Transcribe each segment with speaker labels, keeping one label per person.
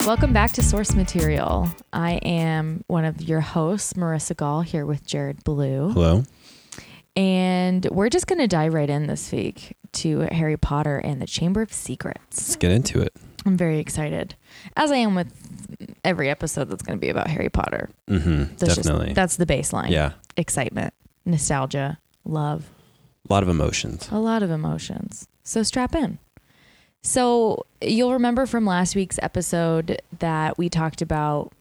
Speaker 1: Welcome back to Source Material. I am one of your hosts, Marissa Gall, here with Jared Blue.
Speaker 2: Hello.
Speaker 1: And we're just going to dive right in this week to Harry Potter and the Chamber of Secrets.
Speaker 2: Let's get into it.
Speaker 1: I'm very excited, as I am with every episode that's going to be about Harry Potter.
Speaker 2: Mm-hmm,
Speaker 1: That's just-
Speaker 2: definitely.
Speaker 1: that's the baseline.
Speaker 2: yeah.
Speaker 1: Excitement, nostalgia, love,
Speaker 2: A lot of emotions.
Speaker 1: a lot of emotions. So strap in. So you'll remember from last week's episode that we talked about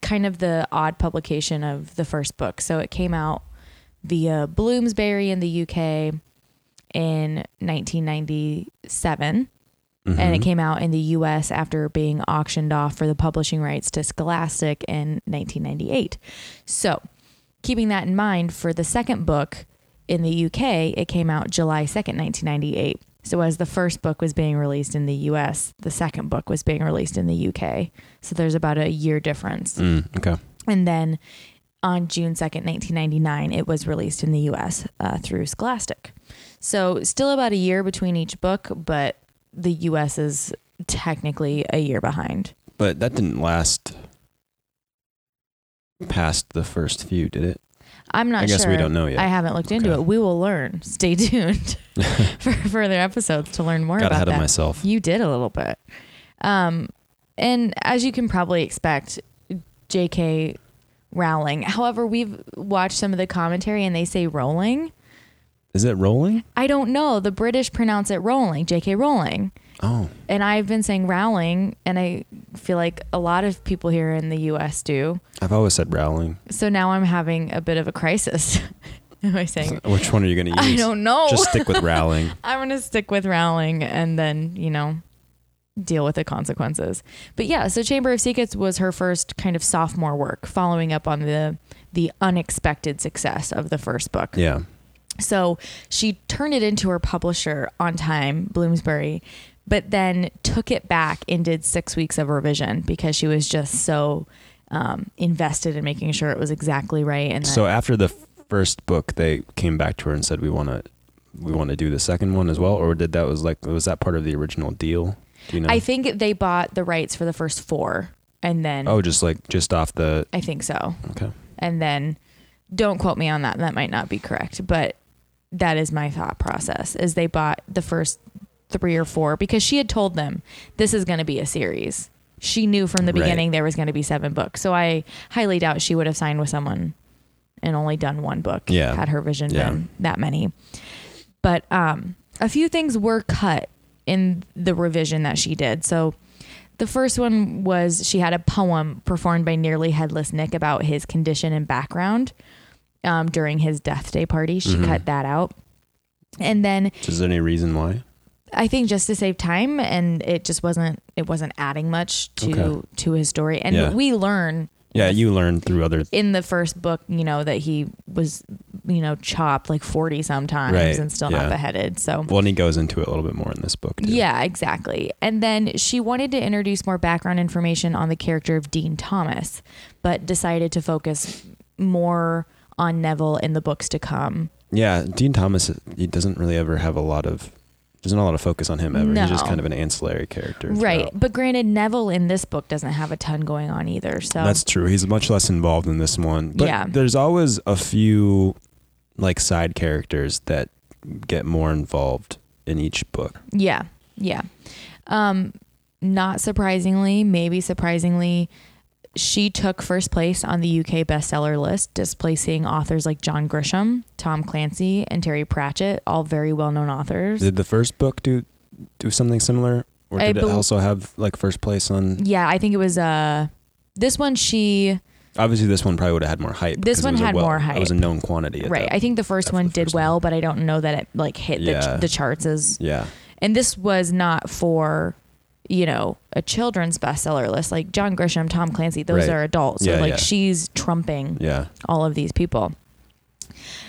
Speaker 1: kind of the odd publication of the first book. So it came out via Bloomsbury in the UK in 1997 and it
Speaker 2: Mhm.
Speaker 1: came out in the US after being auctioned off for the publishing rights to Scholastic in 1998. So, keeping that in mind for the second book in the UK, it came out July 2nd, 1998. So, as the first book was being released in the US, the second book was being released in the UK. So, there's about a year difference.
Speaker 2: Mm, okay.
Speaker 1: And then on June 2nd, 1999, it was released in the US uh, through Scholastic. So, still about a year between each book, but the US is technically a year behind.
Speaker 2: But that didn't last past the first few, did it?
Speaker 1: I'm not
Speaker 2: I guess
Speaker 1: sure.
Speaker 2: we don't know yet.
Speaker 1: I haven't looked into
Speaker 2: Okay.
Speaker 1: it. We will learn. Stay tuned for further episodes to learn more
Speaker 2: Got
Speaker 1: about
Speaker 2: ahead
Speaker 1: that.
Speaker 2: of myself.
Speaker 1: You did a little bit. Um, and as you can probably expect, J.K. Rowling. However, we've watched some of the commentary and they say rolling.
Speaker 2: Is it rolling?
Speaker 1: I don't know. The British pronounce it Rowling, J.K. Rowling.
Speaker 2: Oh,
Speaker 1: And I've been saying Rowling, and I feel like a lot of people here in the U.S. do.
Speaker 2: I've always said Rowling.
Speaker 1: So now I'm having a bit of a crisis. Am I saying?
Speaker 2: Which one are you going to use?
Speaker 1: I don't know.
Speaker 2: Just stick with Rowling.
Speaker 1: I'm going to stick with Rowling and then, you know, deal with the consequences. But yeah, so Chamber of Secrets was her first kind of sophomore work, following up on the the unexpected success of the first book.
Speaker 2: Yeah.
Speaker 1: So she turned it into her publisher on time, Bloomsbury, but then took it back and did six weeks of revision because she was just so um, invested in making sure it was exactly right. And that,
Speaker 2: So after the first book, they came back to her and said, "We want to, we want to do the second one as well." Or did that was like was that part of the original deal? Do you know?
Speaker 1: I think they bought the rights for the first four, and then
Speaker 2: oh, just like just off the
Speaker 1: I think so.
Speaker 2: okay.
Speaker 1: And then don't quote me on that; that might not be correct, but that is my thought process. Is they bought the first three or four because she had told them this is going to be a series. She knew from the
Speaker 2: Right.
Speaker 1: beginning there was going to be seven books. So I highly doubt she would have signed with someone and only done one book
Speaker 2: Yeah.
Speaker 1: had her vision
Speaker 2: Yeah.
Speaker 1: been that many. But um, a few things were cut in the revision that she did. So the first one was she had a poem performed by Nearly Headless Nick about his condition and background um, during his death day party. She
Speaker 2: Mhm.
Speaker 1: cut that out. And then
Speaker 2: Is there any reason why?
Speaker 1: I think just to save time and it just wasn't it wasn't adding much to
Speaker 2: Okay.
Speaker 1: to his story. And
Speaker 2: Yeah.
Speaker 1: we learn
Speaker 2: Yeah, you learn through other
Speaker 1: in the first book, you know, that he was, you know, chopped like 40 sometimes
Speaker 2: Right,
Speaker 1: and still
Speaker 2: yeah.
Speaker 1: not beheaded. So
Speaker 2: Well, and he goes into it a little bit more in this book. Too.
Speaker 1: yeah, exactly. And then she wanted to introduce more background information on the character of Dean Thomas, but decided to focus more on Neville in the books to come.
Speaker 2: yeah. Dean Thomas, he doesn't really ever have a lot of. There's not a lot of focus on him ever. He's just
Speaker 1: No.
Speaker 2: kind of an ancillary character.
Speaker 1: Right.
Speaker 2: throughout.
Speaker 1: But granted, Neville in this book doesn't have a ton going on either. So
Speaker 2: That's true. He's much less involved in this one. But
Speaker 1: Yeah.
Speaker 2: There's always a few, like side characters that get more involved in each book.
Speaker 1: Yeah. Yeah. Um, not surprisingly, maybe surprisingly, she took first place on the UK bestseller list, displacing authors like John Grisham, Tom Clancy, and Terry Pratchett, all very well known authors.
Speaker 2: Did the first book do do something similar, or
Speaker 1: I
Speaker 2: did it
Speaker 1: bel-
Speaker 2: also have like first place on?
Speaker 1: yeah, I think it was uh this one she
Speaker 2: Obviously, this one probably would have had more hype.
Speaker 1: This
Speaker 2: because it
Speaker 1: one
Speaker 2: was a
Speaker 1: had
Speaker 2: well-
Speaker 1: more
Speaker 2: It was a
Speaker 1: hype.
Speaker 2: known quantity. At
Speaker 1: right.
Speaker 2: that-
Speaker 1: I think the first
Speaker 2: that's
Speaker 1: one
Speaker 2: the
Speaker 1: did
Speaker 2: first one.
Speaker 1: well, but I don't know that it like hit
Speaker 2: Yeah.
Speaker 1: the, the charts as
Speaker 2: yeah.
Speaker 1: and this was not for you know a children's bestseller list like John Grisham, Tom Clancy. Those
Speaker 2: Right.
Speaker 1: are adults. So
Speaker 2: Yeah,
Speaker 1: like
Speaker 2: yeah.
Speaker 1: she's trumping
Speaker 2: Yeah.
Speaker 1: all of these people.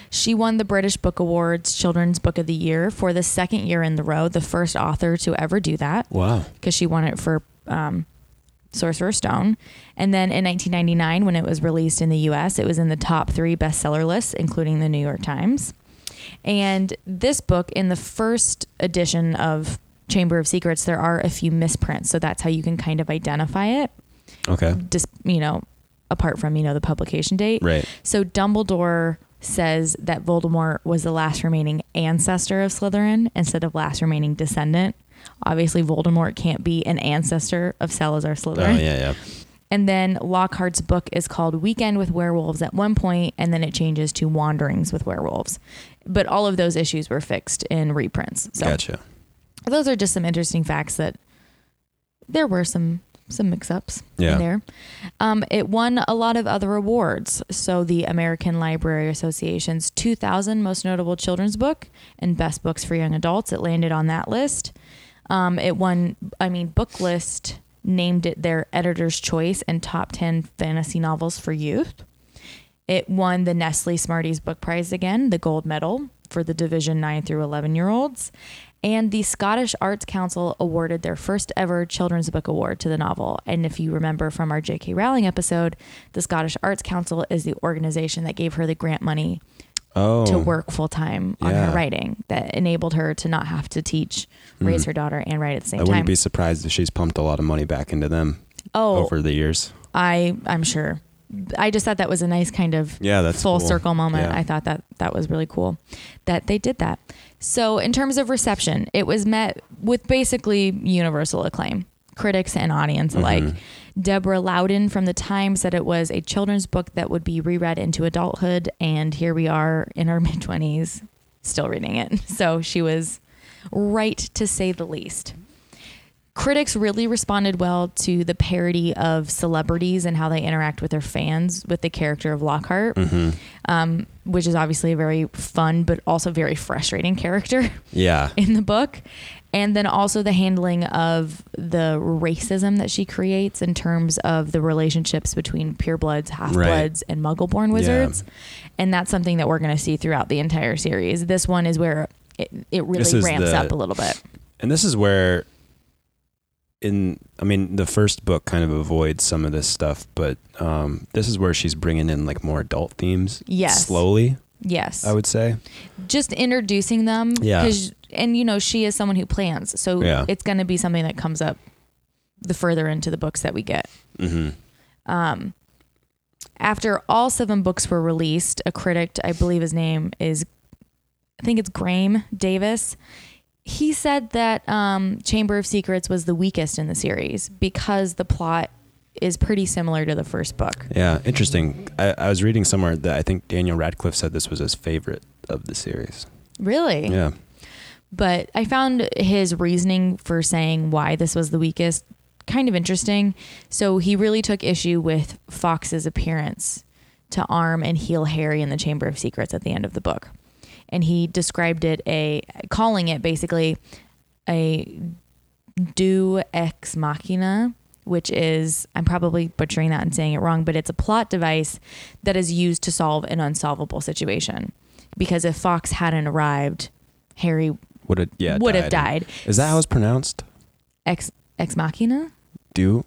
Speaker 1: She won the British Book Awards Children's Book of the Year for the second year in the row, the first author to ever do that
Speaker 2: Wow.
Speaker 1: because she won it for um, Sorcerer's Stone. And then in 1999, when it was released in the US, it was in the top three bestseller lists, including the New York Times. And this book, in the first edition of Chamber of Secrets, there are a few misprints. So that's how you can kind of identify it,
Speaker 2: Okay.
Speaker 1: just, you know, apart from, you know, the publication date.
Speaker 2: Right.
Speaker 1: So Dumbledore says that Voldemort was the last remaining ancestor of Slytherin instead of last remaining descendant. Obviously, Voldemort can't be an ancestor of Salazar
Speaker 2: Oh
Speaker 1: Slytherin.
Speaker 2: yeah, yeah.
Speaker 1: And then Lockhart's book is called Weekend with Werewolves at one point, and then it changes to Wanderings with Werewolves. But all of those issues were fixed in reprints. So
Speaker 2: Gotcha.
Speaker 1: those are just some interesting facts that there were some some mix-ups
Speaker 2: Yeah.
Speaker 1: in there. Um, it won a lot of other awards. So the American Library Association's 2000 Most Notable Children's Book and Best Books for Young Adults. It landed on that list. Um, it won, I mean, Booklist named it their Editor's Choice and Top 10 Fantasy Novels for Youth. It won the Nestle Smarties Book Prize again, the gold medal for the Division 9 through 11 year olds. And the Scottish Arts Council awarded their first ever Children's Book Award to the novel. And if you remember from our J.K. Rowling episode, the Scottish Arts Council is the organization that gave her the grant money
Speaker 2: Oh.
Speaker 1: to work full time on
Speaker 2: Yeah. Mm-hmm.
Speaker 1: her writing that enabled her to not have to teach, raise her daughter, and write at the
Speaker 2: I
Speaker 1: same
Speaker 2: wouldn't
Speaker 1: time.
Speaker 2: be surprised if she's pumped a lot of money back into them
Speaker 1: oh,
Speaker 2: over the years.
Speaker 1: I I'm sure. I just thought that was a nice kind of
Speaker 2: Yeah, that's
Speaker 1: full
Speaker 2: cool.
Speaker 1: circle moment.
Speaker 2: Yeah.
Speaker 1: I thought that that was really cool that they did that. So in terms of reception, it was met with basically universal acclaim, critics and audience alike. Deborah Loudon from the Times said it was a children's book that would be reread into adulthood, and here we are in our mid twenties, still reading it. So she was right to say the least critics really responded well to the parody of celebrities and how they interact with their fans with the character of Lockhart, um, which is obviously a very fun but also very frustrating character
Speaker 2: Yeah.
Speaker 1: in the book. And then also the handling of the racism that she creates in terms of the relationships between purebloods, half bloods, and muggle born wizards. And that's something that we're going to see throughout the entire series. This one is where it, it
Speaker 2: This
Speaker 1: really
Speaker 2: is
Speaker 1: ramps
Speaker 2: the-
Speaker 1: up a little bit.
Speaker 2: And this is where in I mean the first book kind of avoids some of this stuff, but um this is where she's bringing in like more adult themes
Speaker 1: Yes.
Speaker 2: slowly,
Speaker 1: Yes.
Speaker 2: I would say.
Speaker 1: just introducing them
Speaker 2: Yeah.
Speaker 1: 'cause- and you know she is someone who plans so
Speaker 2: Yeah.
Speaker 1: it's going to be something that comes up the further into the books that we get
Speaker 2: Mhm.
Speaker 1: um after all seven books were released a critic i believe his name is i think it's graham davis he said that um, chamber of secrets was the weakest in the series because the plot is pretty similar to the first book
Speaker 2: Yeah, interesting. I, I was reading somewhere that I think Daniel Radcliffe said this was his favorite of the series.
Speaker 1: really
Speaker 2: Yeah.
Speaker 1: but I found his reasoning for saying why this was the weakest kind of interesting. So he really took issue with Fox's appearance to arm and heal Harry in the Chamber of Secrets at the end of the book. And he described it a calling it basically a do ex machina, which is, I'm probably butchering that and saying it wrong, but it's a plot device that is used to solve an unsolvable situation. Because if Fox hadn't arrived, Harry
Speaker 2: Would have yeah,
Speaker 1: would have died.
Speaker 2: Is that how it's pronounced?
Speaker 1: Ex ex machina?
Speaker 2: Do?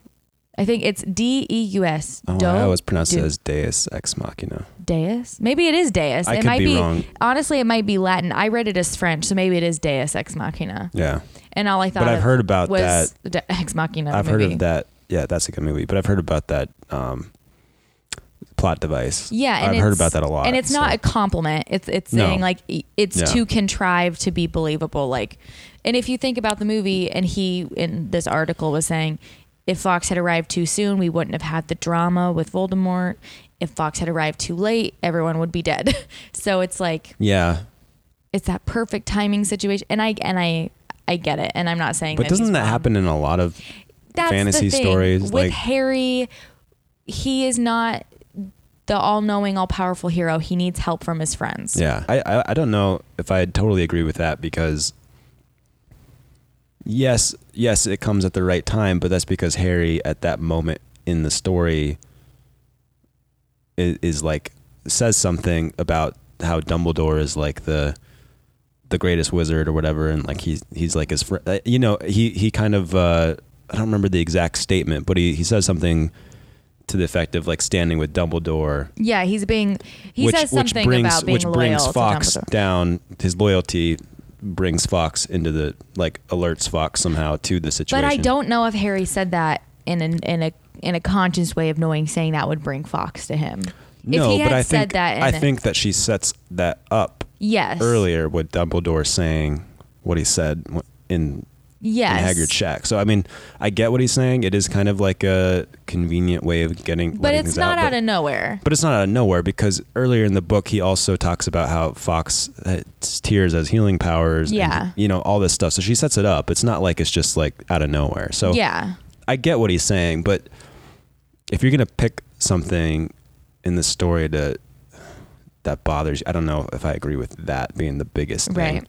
Speaker 1: I think it's D E U S.
Speaker 2: Oh,
Speaker 1: Do
Speaker 2: I always pronounce it
Speaker 1: do-
Speaker 2: as Deus Ex Machina.
Speaker 1: Deus? Maybe it is Deus.
Speaker 2: I
Speaker 1: it
Speaker 2: could
Speaker 1: might
Speaker 2: be
Speaker 1: be,
Speaker 2: wrong.
Speaker 1: honestly, it might be Latin. I read it as French, so maybe it is Deus ex machina.
Speaker 2: Yeah.
Speaker 1: And all I thought
Speaker 2: But I've
Speaker 1: of
Speaker 2: heard about
Speaker 1: was
Speaker 2: that.
Speaker 1: de- ex machina.
Speaker 2: I've heard
Speaker 1: maybe.
Speaker 2: of that. Yeah, that's a good movie. But I've heard about that um, plot device.
Speaker 1: Yeah, and
Speaker 2: I've heard
Speaker 1: it's-
Speaker 2: about that a lot.
Speaker 1: And it's
Speaker 2: so-
Speaker 1: not a compliment. It's it's
Speaker 2: No.
Speaker 1: saying like i- it's
Speaker 2: Yeah.
Speaker 1: too contrived to be believable. Like, and if you think about the movie, and he in this article was saying, if Fox had arrived too soon, we wouldn't have had the drama with Voldemort. If Fox had arrived too late, everyone would be dead. so it's like
Speaker 2: yeah,
Speaker 1: it's that perfect timing situation. And I and I I get it. And I'm not saying.
Speaker 2: but
Speaker 1: that
Speaker 2: doesn't
Speaker 1: he's
Speaker 2: that
Speaker 1: wrong
Speaker 2: happen in a lot of?
Speaker 1: that's
Speaker 2: fantasy
Speaker 1: the thing.
Speaker 2: stories,
Speaker 1: with
Speaker 2: like-
Speaker 1: harry he is not the all-knowing all-powerful hero he needs help from his friends
Speaker 2: Yeah, I I, I don't know if I totally agree with that because. Yes, yes, it comes at the right time, but that's because Harry at that moment in the story is, is like says something about how Dumbledore is like the the greatest wizard or whatever, and like he's he's like his friend. You know, he he kind of uh, I don't remember the exact statement, but he he says something to the effect of like standing with Dumbledore,
Speaker 1: yeah he's being he says something about being
Speaker 2: which
Speaker 1: loyal
Speaker 2: brings
Speaker 1: to
Speaker 2: Fox
Speaker 1: Dumbledore.
Speaker 2: down his loyalty brings Fox into the like alerts Fox somehow to the situation.
Speaker 1: But I don't know if Harry said that in an, in a in a conscious way of knowing saying that would bring Fox to him.
Speaker 2: No,
Speaker 1: if he had
Speaker 2: but I
Speaker 1: said
Speaker 2: think
Speaker 1: that, in
Speaker 2: I
Speaker 1: a-
Speaker 2: think that she sets that up
Speaker 1: yes,
Speaker 2: earlier with Dumbledore saying what he said w- in
Speaker 1: yes,
Speaker 2: in Haggard's shack. So I mean, I get what he's saying. It is kind of like a convenient way of getting,
Speaker 1: but
Speaker 2: letting
Speaker 1: it's
Speaker 2: things
Speaker 1: not
Speaker 2: out,
Speaker 1: out,
Speaker 2: but,
Speaker 1: of nowhere.
Speaker 2: but it's not out of nowhere because earlier in the book he also talks about how Fox has tears as healing powers. and,
Speaker 1: Yeah.
Speaker 2: you know all this stuff. So she sets it up. It's not like it's just like out of nowhere. So
Speaker 1: yeah,
Speaker 2: I get what he's saying, but if you're gonna pick something in the story that that bothers you, I don't know if I agree with that being the biggest thing.
Speaker 1: Right.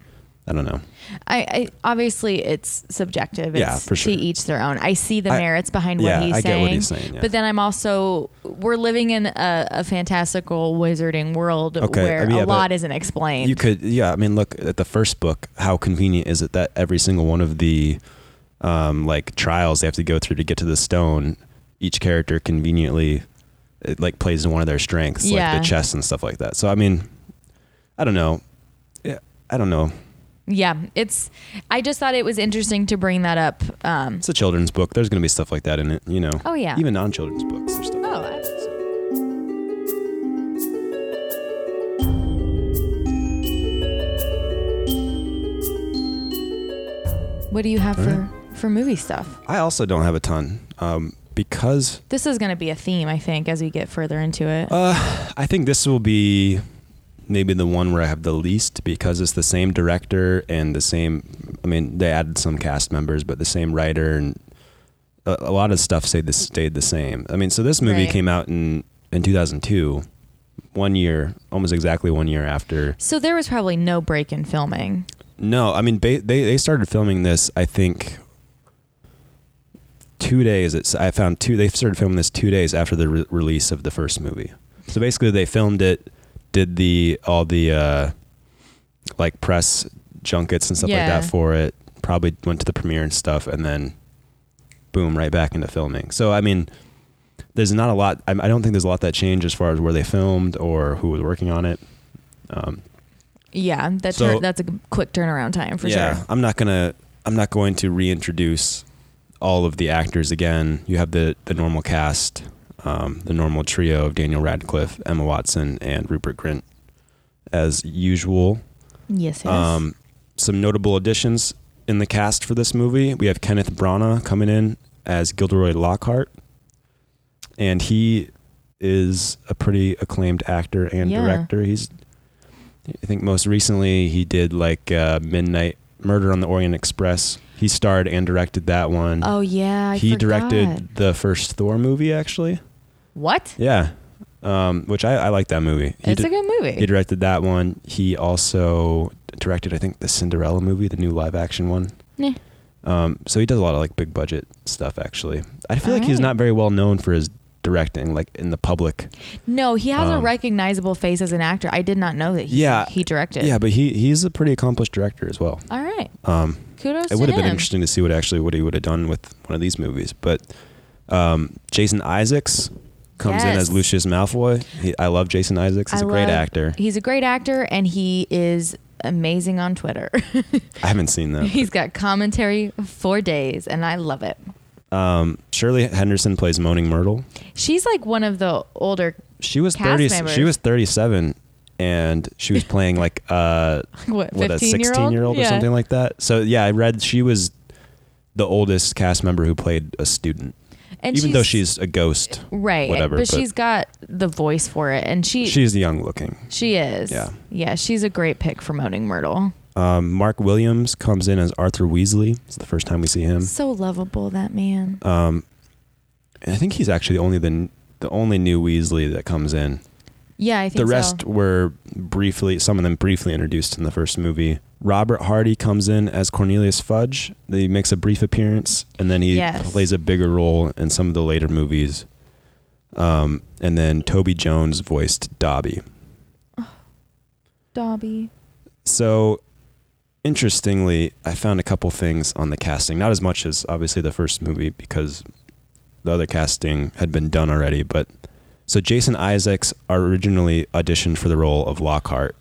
Speaker 2: I don't know.
Speaker 1: I, I obviously it's subjective. It's
Speaker 2: Yeah, for sure.
Speaker 1: To each their own. I see the
Speaker 2: I-
Speaker 1: merits behind
Speaker 2: yeah,
Speaker 1: what he's
Speaker 2: I
Speaker 1: saying.
Speaker 2: get what he's saying, yeah.
Speaker 1: But then I'm also we're living in a, a fantastical wizarding world
Speaker 2: Okay,
Speaker 1: where
Speaker 2: I mean, yeah,
Speaker 1: a
Speaker 2: but
Speaker 1: lot isn't explained.
Speaker 2: You could, yeah. I mean, look at the first book. How convenient is it that every single one of the um, like trials they have to go through to get to the stone, each character conveniently it, like plays in one of their strengths,
Speaker 1: Yeah.
Speaker 2: like the chess and stuff like that. So I mean, I don't know. Yeah, I don't know.
Speaker 1: yeah, it's. I just thought it was interesting to bring that up. Um,
Speaker 2: It's a children's book. There's going to be stuff like that in it, you know.
Speaker 1: Oh, yeah.
Speaker 2: Even non-children's books. There's stuff.
Speaker 1: oh, I- what do you have for for movie stuff?
Speaker 2: I also don't have a ton um, because
Speaker 1: This is going to be a theme, I think, as we get further into
Speaker 2: Oh.
Speaker 1: it.
Speaker 2: I think this will be maybe the one where I have the least because it's the same director and the same. I mean, they added some cast members, but the same writer and a, a lot of stuff stayed the, stayed the same. I mean, so this movie
Speaker 1: Right.
Speaker 2: came out in in 2002, one year, almost exactly one year after.
Speaker 1: so there was probably no break in filming.
Speaker 2: No, I mean ba- they they started filming this. I think two days. It's I found two. They started filming this two days after the re- release of the first movie. So basically, they filmed it, did the all the uh, like press junkets and stuff
Speaker 1: Yeah.
Speaker 2: like that for it. Probably went to the premiere and stuff, and then boom, right back into filming. So I mean, there's not a lot. I, I don't think there's a lot that changed as far as where they filmed or who was working on it. Um,
Speaker 1: Yeah, that's
Speaker 2: So-
Speaker 1: that's a quick turnaround time for sure.
Speaker 2: I'm not gonna I'm not going to reintroduce all of the actors again. You have the the normal cast, um, the normal trio of Daniel Radcliffe, Emma Watson, and Rupert Grint as usual.
Speaker 1: Yes, yes.
Speaker 2: Um, some notable additions in the cast for this movie. We have Kenneth Branagh coming in as Gilderoy Lockhart, and he is a pretty acclaimed actor and
Speaker 1: Yeah.
Speaker 2: director. He's, I think, most recently he did like uh, Midnight Murder on the Orient Express. He starred and directed that one.
Speaker 1: oh yeah, I
Speaker 2: he
Speaker 1: forgot.
Speaker 2: directed the first Thor movie, actually.
Speaker 1: what?
Speaker 2: Yeah, um, which I, I like that movie. He
Speaker 1: it's
Speaker 2: di-
Speaker 1: a good movie.
Speaker 2: he directed that one. He also directed, I think, the Cinderella movie, the new live action one.
Speaker 1: Nah.
Speaker 2: Um, so he does a lot of like big budget stuff. Actually, I feel like he's
Speaker 1: Alright.
Speaker 2: not very well known for his directing, like in the public.
Speaker 1: no, he has a
Speaker 2: um,
Speaker 1: recognizable face as an actor. I did not know that. He,
Speaker 2: Yeah,
Speaker 1: he directed.
Speaker 2: Yeah, but he he's a pretty accomplished director as well.
Speaker 1: All right.
Speaker 2: Um,
Speaker 1: Kudos.
Speaker 2: it
Speaker 1: to
Speaker 2: would have been
Speaker 1: him.
Speaker 2: interesting to see what actually what he would have done with one of these movies. But um, Jason Isaacs comes in
Speaker 1: Yes.
Speaker 2: as Lucius Malfoy. He, I love Jason Isaacs. He's
Speaker 1: I
Speaker 2: a great
Speaker 1: love-
Speaker 2: actor.
Speaker 1: He's a great actor, and he is amazing on Twitter.
Speaker 2: I haven't seen that.
Speaker 1: He's got commentary for days, and I love it.
Speaker 2: Um, Shirley Henderson plays Moaning Myrtle.
Speaker 1: She's like one of the older.
Speaker 2: She was
Speaker 1: Cast
Speaker 2: thirty.
Speaker 1: members.
Speaker 2: She was thirty-seven, and she was playing like uh,
Speaker 1: What,
Speaker 2: what a
Speaker 1: 15
Speaker 2: sixteen-year-old or
Speaker 1: Yeah.
Speaker 2: something like that. So yeah, I read she was the oldest cast member who played a student,
Speaker 1: And
Speaker 2: even though she's a ghost.
Speaker 1: right,
Speaker 2: whatever,
Speaker 1: but,
Speaker 2: but-
Speaker 1: she's got the voice for it, and she
Speaker 2: She's young-looking.
Speaker 1: she is.
Speaker 2: Yeah.
Speaker 1: yeah, she's a great pick for Moaning Myrtle.
Speaker 2: Um, Mark Williams comes in as Arthur Weasley. It's the first time we see him.
Speaker 1: So lovable that man.
Speaker 2: Um, and I think he's actually the only the the only new Weasley that comes in.
Speaker 1: yeah, I think
Speaker 2: the
Speaker 1: so.
Speaker 2: rest were briefly some of them briefly introduced in the first movie robert hardy comes in as cornelius fudge he makes a brief appearance and then he
Speaker 1: Yes.
Speaker 2: plays a bigger role in some of the later movies um, and then toby jones voiced dobby
Speaker 1: Dobby.
Speaker 2: so interestingly i found a couple things on the casting not as much as obviously the first movie because the other casting had been done already but so jason isaacs originally auditioned for the role of lockhart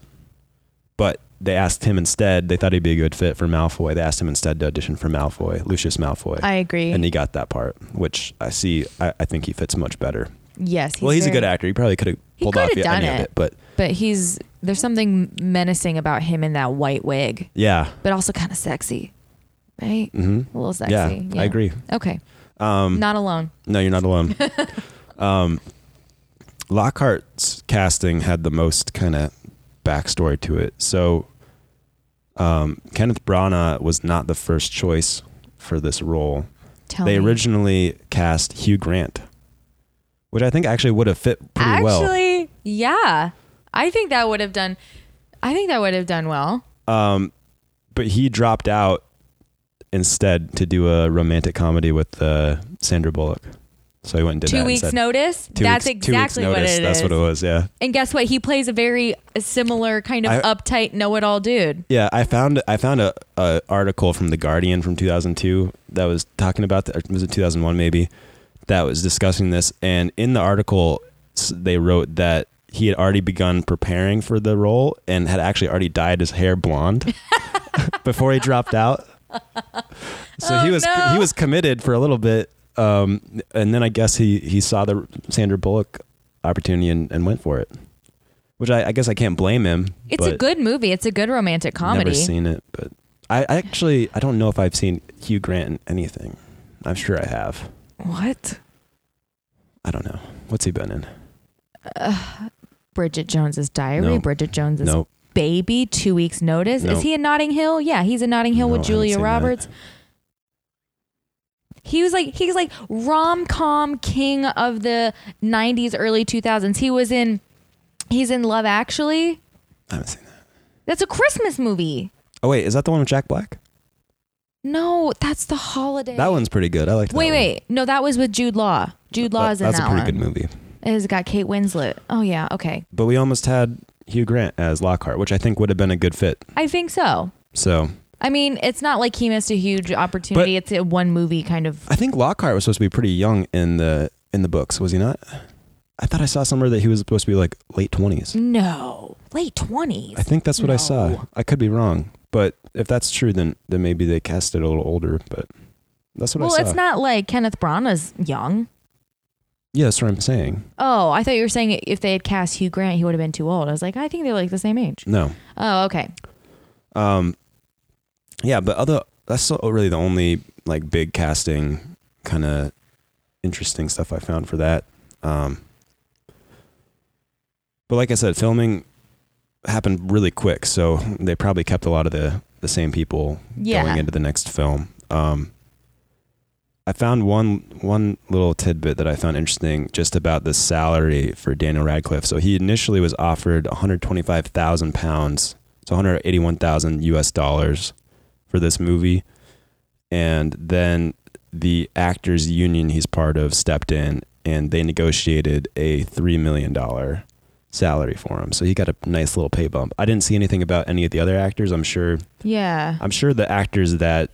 Speaker 2: but they asked him instead. They thought he'd be a good fit for Malfoy. They asked him instead to audition for Malfoy, Lucius Malfoy,
Speaker 1: I agree.
Speaker 2: and he got that part, which I see. I, I think he fits much better.
Speaker 1: yes. He's
Speaker 2: well, he's
Speaker 1: very,
Speaker 2: a good actor. He probably could have
Speaker 1: He
Speaker 2: pulled off
Speaker 1: coulda
Speaker 2: any
Speaker 1: done
Speaker 2: of
Speaker 1: it.
Speaker 2: it, but
Speaker 1: But he's there's something menacing about him in that white wig,
Speaker 2: yeah,
Speaker 1: but also kind of sexy, right?
Speaker 2: hmm
Speaker 1: A little sexy.
Speaker 2: yeah, I agree.
Speaker 1: Okay.
Speaker 2: Um,
Speaker 1: Not alone.
Speaker 2: No, you're not alone. um, Lockhart's casting had the most kind of backstory to it. So um, Kenneth Branagh was not the first choice for this role.
Speaker 1: Tell
Speaker 2: they
Speaker 1: me.
Speaker 2: originally cast Hugh Grant, which I think actually would have fit pretty well.
Speaker 1: Actually, yeah. I think that would have done. I think that would have done well.
Speaker 2: Um, but he dropped out instead to do a romantic comedy with uh, Sandra Bullock. So he went and did
Speaker 1: Two
Speaker 2: that
Speaker 1: weeks
Speaker 2: instead.
Speaker 1: notice.
Speaker 2: Two
Speaker 1: That's
Speaker 2: weeks- two weeks
Speaker 1: exactly what it
Speaker 2: notice,
Speaker 1: is.
Speaker 2: That's what it was. Yeah.
Speaker 1: And guess what? He plays a very similar kind of
Speaker 2: I-
Speaker 1: uptight, know-it-all dude.
Speaker 2: Yeah, I found I found a, a article from the Guardian from 2002 that was talking about the, or was it 2001 maybe that was discussing this, and in the article s- they wrote that he had already begun preparing for the role and had actually already dyed his hair blonde before he dropped out. So he
Speaker 1: Oh,
Speaker 2: was
Speaker 1: no.
Speaker 2: he was committed for a little bit, um, and then I guess he he saw the Sandra Bullock opportunity and, and went for it, which I, I guess I can't blame him.
Speaker 1: It's
Speaker 2: but
Speaker 1: a good movie. It's a good romantic comedy.
Speaker 2: Never seen it, but I, I actually I don't know if I've seen Hugh Grant in anything. I'm sure I have.
Speaker 1: What?
Speaker 2: I don't know. What's he been in?
Speaker 1: Uh, Bridget Jones's Diary.
Speaker 2: No.
Speaker 1: Bridget Jones's
Speaker 2: Nope.
Speaker 1: Baby. Two weeks notice.
Speaker 2: No.
Speaker 1: Is he in Notting Hill? Yeah, he's in Notting Hill
Speaker 2: No, I
Speaker 1: with
Speaker 2: haven't
Speaker 1: Julia
Speaker 2: seen that.
Speaker 1: Roberts. He was like he's like rom com king of the '90s, early 2000s. He was in. He's in Love Actually.
Speaker 2: I haven't seen that.
Speaker 1: That's a Christmas movie.
Speaker 2: Oh wait, is that the one with Jack Black?
Speaker 1: No, that's the holiday.
Speaker 2: That one's pretty good. I liked.
Speaker 1: Wait,
Speaker 2: that
Speaker 1: wait. No, that was with Jude Law. Jude
Speaker 2: One.
Speaker 1: Law
Speaker 2: That-
Speaker 1: is in
Speaker 2: that's
Speaker 1: that
Speaker 2: a pretty
Speaker 1: one.
Speaker 2: good movie.
Speaker 1: It has got Kate Winslet. Oh yeah, okay.
Speaker 2: But we almost had Hugh Grant as Lockhart, which I think would have been a good fit.
Speaker 1: I think so.
Speaker 2: So
Speaker 1: I mean, it's not like he missed a huge opportunity. it's a one movie kind of.
Speaker 2: I think Lockhart was supposed to be pretty young in the in the books, was he not? I thought I saw somewhere that he was supposed to be like late twenties.
Speaker 1: No, late
Speaker 2: I
Speaker 1: twenties.
Speaker 2: think that's what I saw.
Speaker 1: No.
Speaker 2: I could be wrong, but if that's true, then then maybe they cast it a little older. But that's what
Speaker 1: Well,
Speaker 2: I saw.
Speaker 1: it's not like Kenneth Branagh's young.
Speaker 2: yeah, that's what I'm saying.
Speaker 1: Oh, I thought you were saying if they had cast Hugh Grant, he would have been too old. I was like, I think they're like the same age.
Speaker 2: No.
Speaker 1: Oh, okay.
Speaker 2: Um. Yeah, but other that's so- really the only like big casting kind of interesting stuff I found for that. Um. But like I said, filming happened really quick, so they probably kept a lot of the the same people
Speaker 1: Yeah.
Speaker 2: going into the next film. Um, I found one one little tidbit that I found interesting just about the salary for Daniel Radcliffe. So he initially was offered 125,000 pounds, so 181,000 US dollars for this movie, and then the actors union he's part of stepped in and they negotiated a 3 million dollar salary for him. So he got a nice little pay bump. I didn't see anything about any of the other actors. I'm sure
Speaker 1: Yeah.
Speaker 2: I'm sure the actors that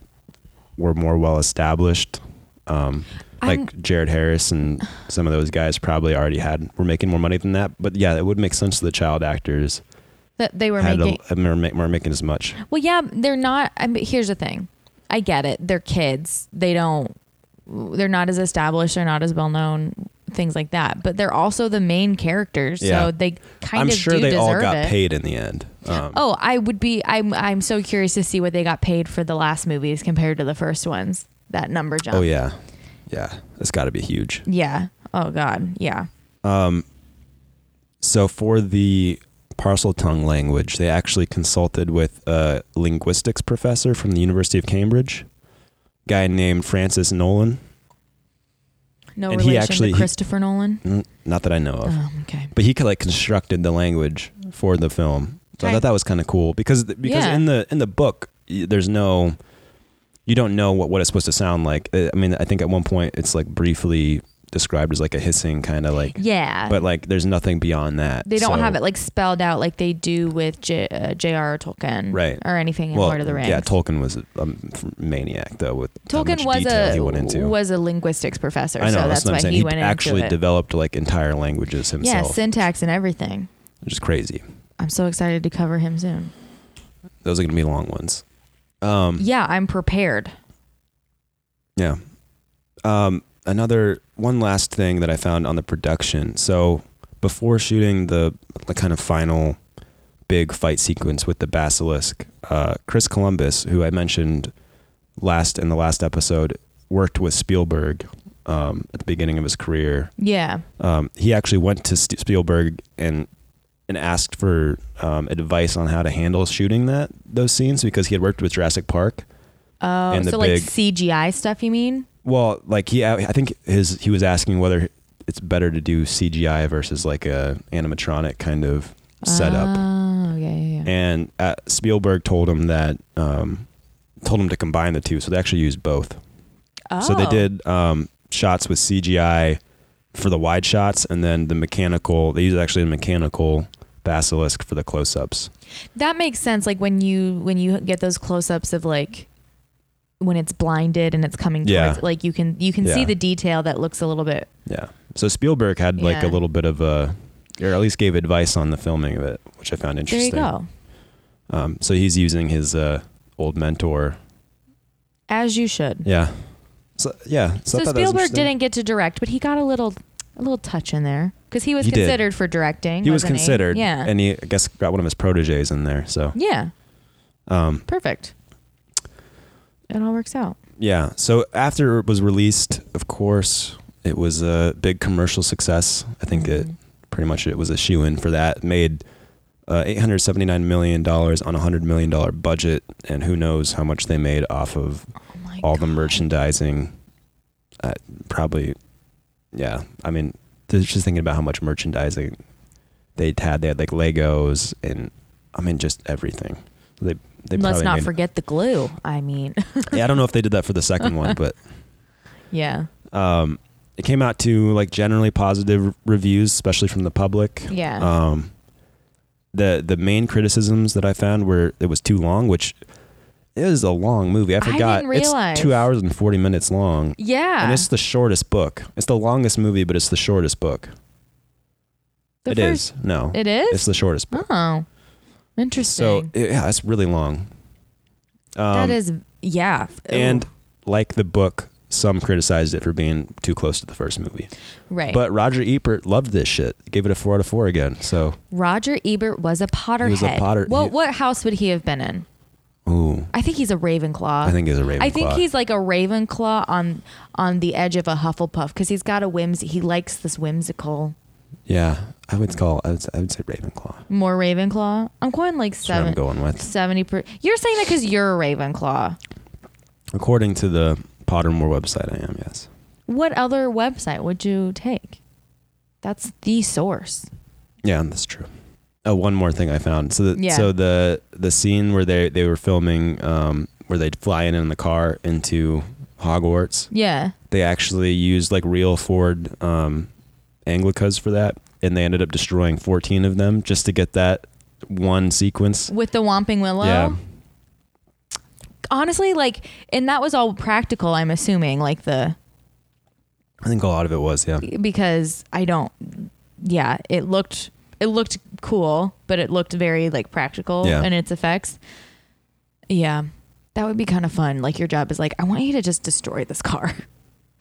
Speaker 2: were more well established, um, like
Speaker 1: I'm-
Speaker 2: Jared Harris and some of those guys, probably already had were making more money than that. But yeah, it would make sense that the child actors
Speaker 1: That they were
Speaker 2: had
Speaker 1: making.
Speaker 2: a, were, ma- were making as much.
Speaker 1: Well, yeah, they're not. I mean, here's the thing. I get it. They're kids. They don't. They're not as established. They're not as well known. Things like that. But they're also the main characters,
Speaker 2: Yeah.
Speaker 1: so they kind
Speaker 2: I'm
Speaker 1: of
Speaker 2: sure
Speaker 1: do
Speaker 2: they
Speaker 1: deserve
Speaker 2: all got
Speaker 1: it.
Speaker 2: paid in the end. Um,
Speaker 1: Oh, I would be. I'm. I'm so curious to see what they got paid for the last movies compared to the first ones. That number jump.
Speaker 2: oh yeah, yeah, it's got to be huge.
Speaker 1: Yeah. Oh God. Yeah.
Speaker 2: Um, so for the parcel tongue language, they actually consulted with a linguistics professor from the University of Cambridge, guy named Francis Nolan.
Speaker 1: No
Speaker 2: And he
Speaker 1: relation
Speaker 2: actually-
Speaker 1: to
Speaker 2: he-
Speaker 1: Christopher Nolan.
Speaker 2: N- Not that I know of,
Speaker 1: Oh, okay.
Speaker 2: but he like constructed the language for the film. So I
Speaker 1: Okay.
Speaker 2: thought that was kind of cool because because
Speaker 1: Yeah.
Speaker 2: in the in the book y- there's no you don't know what what it's supposed to sound like. Uh, I mean, I think at one point it's like briefly described as like a hissing kind of like,
Speaker 1: Yeah.
Speaker 2: but like there's nothing beyond that.
Speaker 1: they don't
Speaker 2: So-
Speaker 1: have it like spelled out like they do with J- uh, J.R.R. Tolkien,
Speaker 2: Right.
Speaker 1: Or anything in Lord of the Rings.
Speaker 2: Yeah, Tolkien was a um, f- maniac though with how
Speaker 1: Tolkien
Speaker 2: much
Speaker 1: was
Speaker 2: detail he
Speaker 1: a
Speaker 2: went into.
Speaker 1: was a linguistics professor,
Speaker 2: I know
Speaker 1: so that's
Speaker 2: what
Speaker 1: why
Speaker 2: I'm saying.
Speaker 1: he, went
Speaker 2: actually
Speaker 1: into it.
Speaker 2: developed like entire languages
Speaker 1: yeah,
Speaker 2: himself,
Speaker 1: syntax and everything.
Speaker 2: which is crazy.
Speaker 1: I'm so excited to cover him soon.
Speaker 2: Those are going to be long ones. Um,
Speaker 1: Yeah, I'm prepared.
Speaker 2: Yeah. Um, another one last thing that I found on the production. So before shooting the, the kind of final big fight sequence with the basilisk, uh, Chris Columbus, who I mentioned last in the last episode, worked with Spielberg um, at the beginning of his career.
Speaker 1: Yeah.
Speaker 2: Um, he actually went to St- Spielberg and and asked for um, advice on how to handle shooting that those scenes because he had worked with Jurassic Park
Speaker 1: Oh,
Speaker 2: And the
Speaker 1: so like
Speaker 2: big-
Speaker 1: CGI stuff, you mean?
Speaker 2: Well, like he, I think his he was asking whether it's better to do CGI versus like a animatronic kind of setup,
Speaker 1: Oh, yeah, yeah, yeah.
Speaker 2: and uh, Spielberg told him that um, told him to combine the two, so they actually used both.
Speaker 1: oh.
Speaker 2: So they did um, shots with CGI for the wide shots, and then the mechanical. They used actually the mechanical basilisk for the close-ups.
Speaker 1: Oh, That makes sense. Like when you when you get those close ups of like when it's blinded and it's coming
Speaker 2: Yeah.
Speaker 1: towards like you can you can see
Speaker 2: Yeah.
Speaker 1: the detail that looks a little bit
Speaker 2: Yeah. So Spielberg had like
Speaker 1: Yeah.
Speaker 2: a little bit of a, or at least gave advice on the filming of it, which I found
Speaker 1: there you
Speaker 2: interesting.
Speaker 1: go.
Speaker 2: Um, so he's using his uh, old mentor.
Speaker 1: As you should.
Speaker 2: Yeah. So yeah. So, I
Speaker 1: so
Speaker 2: thought that was
Speaker 1: Spielberg
Speaker 2: interesting.
Speaker 1: didn't get to direct, but he got a little a little touch in there. Because he was
Speaker 2: He did.
Speaker 1: considered for directing.
Speaker 2: He was
Speaker 1: wasn't
Speaker 2: considered.
Speaker 1: Yeah.
Speaker 2: And he I guess got one of his proteges in there. So
Speaker 1: yeah.
Speaker 2: um,
Speaker 1: Perfect. It all works out.
Speaker 2: yeah. So after it was released, of course, it was a big commercial success. I think it
Speaker 1: Mhm.
Speaker 2: pretty much it was a shoe in for that. Made uh, eight hundred seventy nine million dollars on a hundred million dollar budget, and who knows how much they made off of
Speaker 1: Oh my
Speaker 2: all the
Speaker 1: God.
Speaker 2: merchandising. Uh, probably, yeah. I mean, th- just thinking about how much merchandising they'd had. They had like Legos and I mean, just everything. They they
Speaker 1: Let's
Speaker 2: probably
Speaker 1: not
Speaker 2: made-
Speaker 1: forget the glue. I mean,
Speaker 2: Yeah, I don't know if they did that for the second one, but
Speaker 1: yeah,
Speaker 2: um, it came out to like generally positive r- reviews, especially from the public.
Speaker 1: yeah.
Speaker 2: Um, the the main criticisms that I found were it was too long, which is a long movie. I
Speaker 1: didn't
Speaker 2: forgot
Speaker 1: realize.
Speaker 2: it's two hours and forty minutes long.
Speaker 1: yeah.
Speaker 2: And it's the shortest book. It's the longest movie, but it's the shortest book.
Speaker 1: the
Speaker 2: It is No.
Speaker 1: It is?
Speaker 2: It's the shortest book.
Speaker 1: oh, interesting.
Speaker 2: So, it- yeah, it's really long. Um,
Speaker 1: that is, yeah. Ooh,
Speaker 2: And like the book, some criticized it for being too close to the first movie.
Speaker 1: right.
Speaker 2: But Roger Ebert loved this shit. Gave it a 4 out of 4 again. So,
Speaker 1: Roger Ebert was a Potterhead.
Speaker 2: was a Potter-
Speaker 1: Well,
Speaker 2: he-
Speaker 1: what house would he have been in?
Speaker 2: ooh,
Speaker 1: I think he's a Ravenclaw.
Speaker 2: I think it's a Ravenclaw.
Speaker 1: I think he's like a Ravenclaw on on the edge of a Hufflepuff because he's got a whimsy. He likes this whimsical.
Speaker 2: Yeah, I would call I would, I would say Ravenclaw.
Speaker 1: More Ravenclaw. I'm going like
Speaker 2: That's what I'm
Speaker 1: seven,
Speaker 2: going with.
Speaker 1: seventy per. You're saying that because you're a Ravenclaw.
Speaker 2: According to the Pottermore website, I am, yes.
Speaker 1: What other website would you take? That's the source.
Speaker 2: Yeah, that's true. Oh, one more thing I found. So, the,
Speaker 1: Yeah.
Speaker 2: so the the scene where they they were filming, um, where they'd fly in in the car into Hogwarts,
Speaker 1: Yeah.
Speaker 2: they actually used like real Ford um, Anglicas for that, and they ended up destroying fourteen of them just to get that one sequence.
Speaker 1: with the Whomping Willow.
Speaker 2: Yeah,
Speaker 1: Honestly, like, and that was all practical. I'm assuming, like the
Speaker 2: I think a lot of it was. Yeah,
Speaker 1: because I don't. Yeah, it looked it looked cool, but it looked very like practical
Speaker 2: Yeah.
Speaker 1: in its effects. Yeah, that would be kind of fun. Like your job is like, I want you to just destroy this car,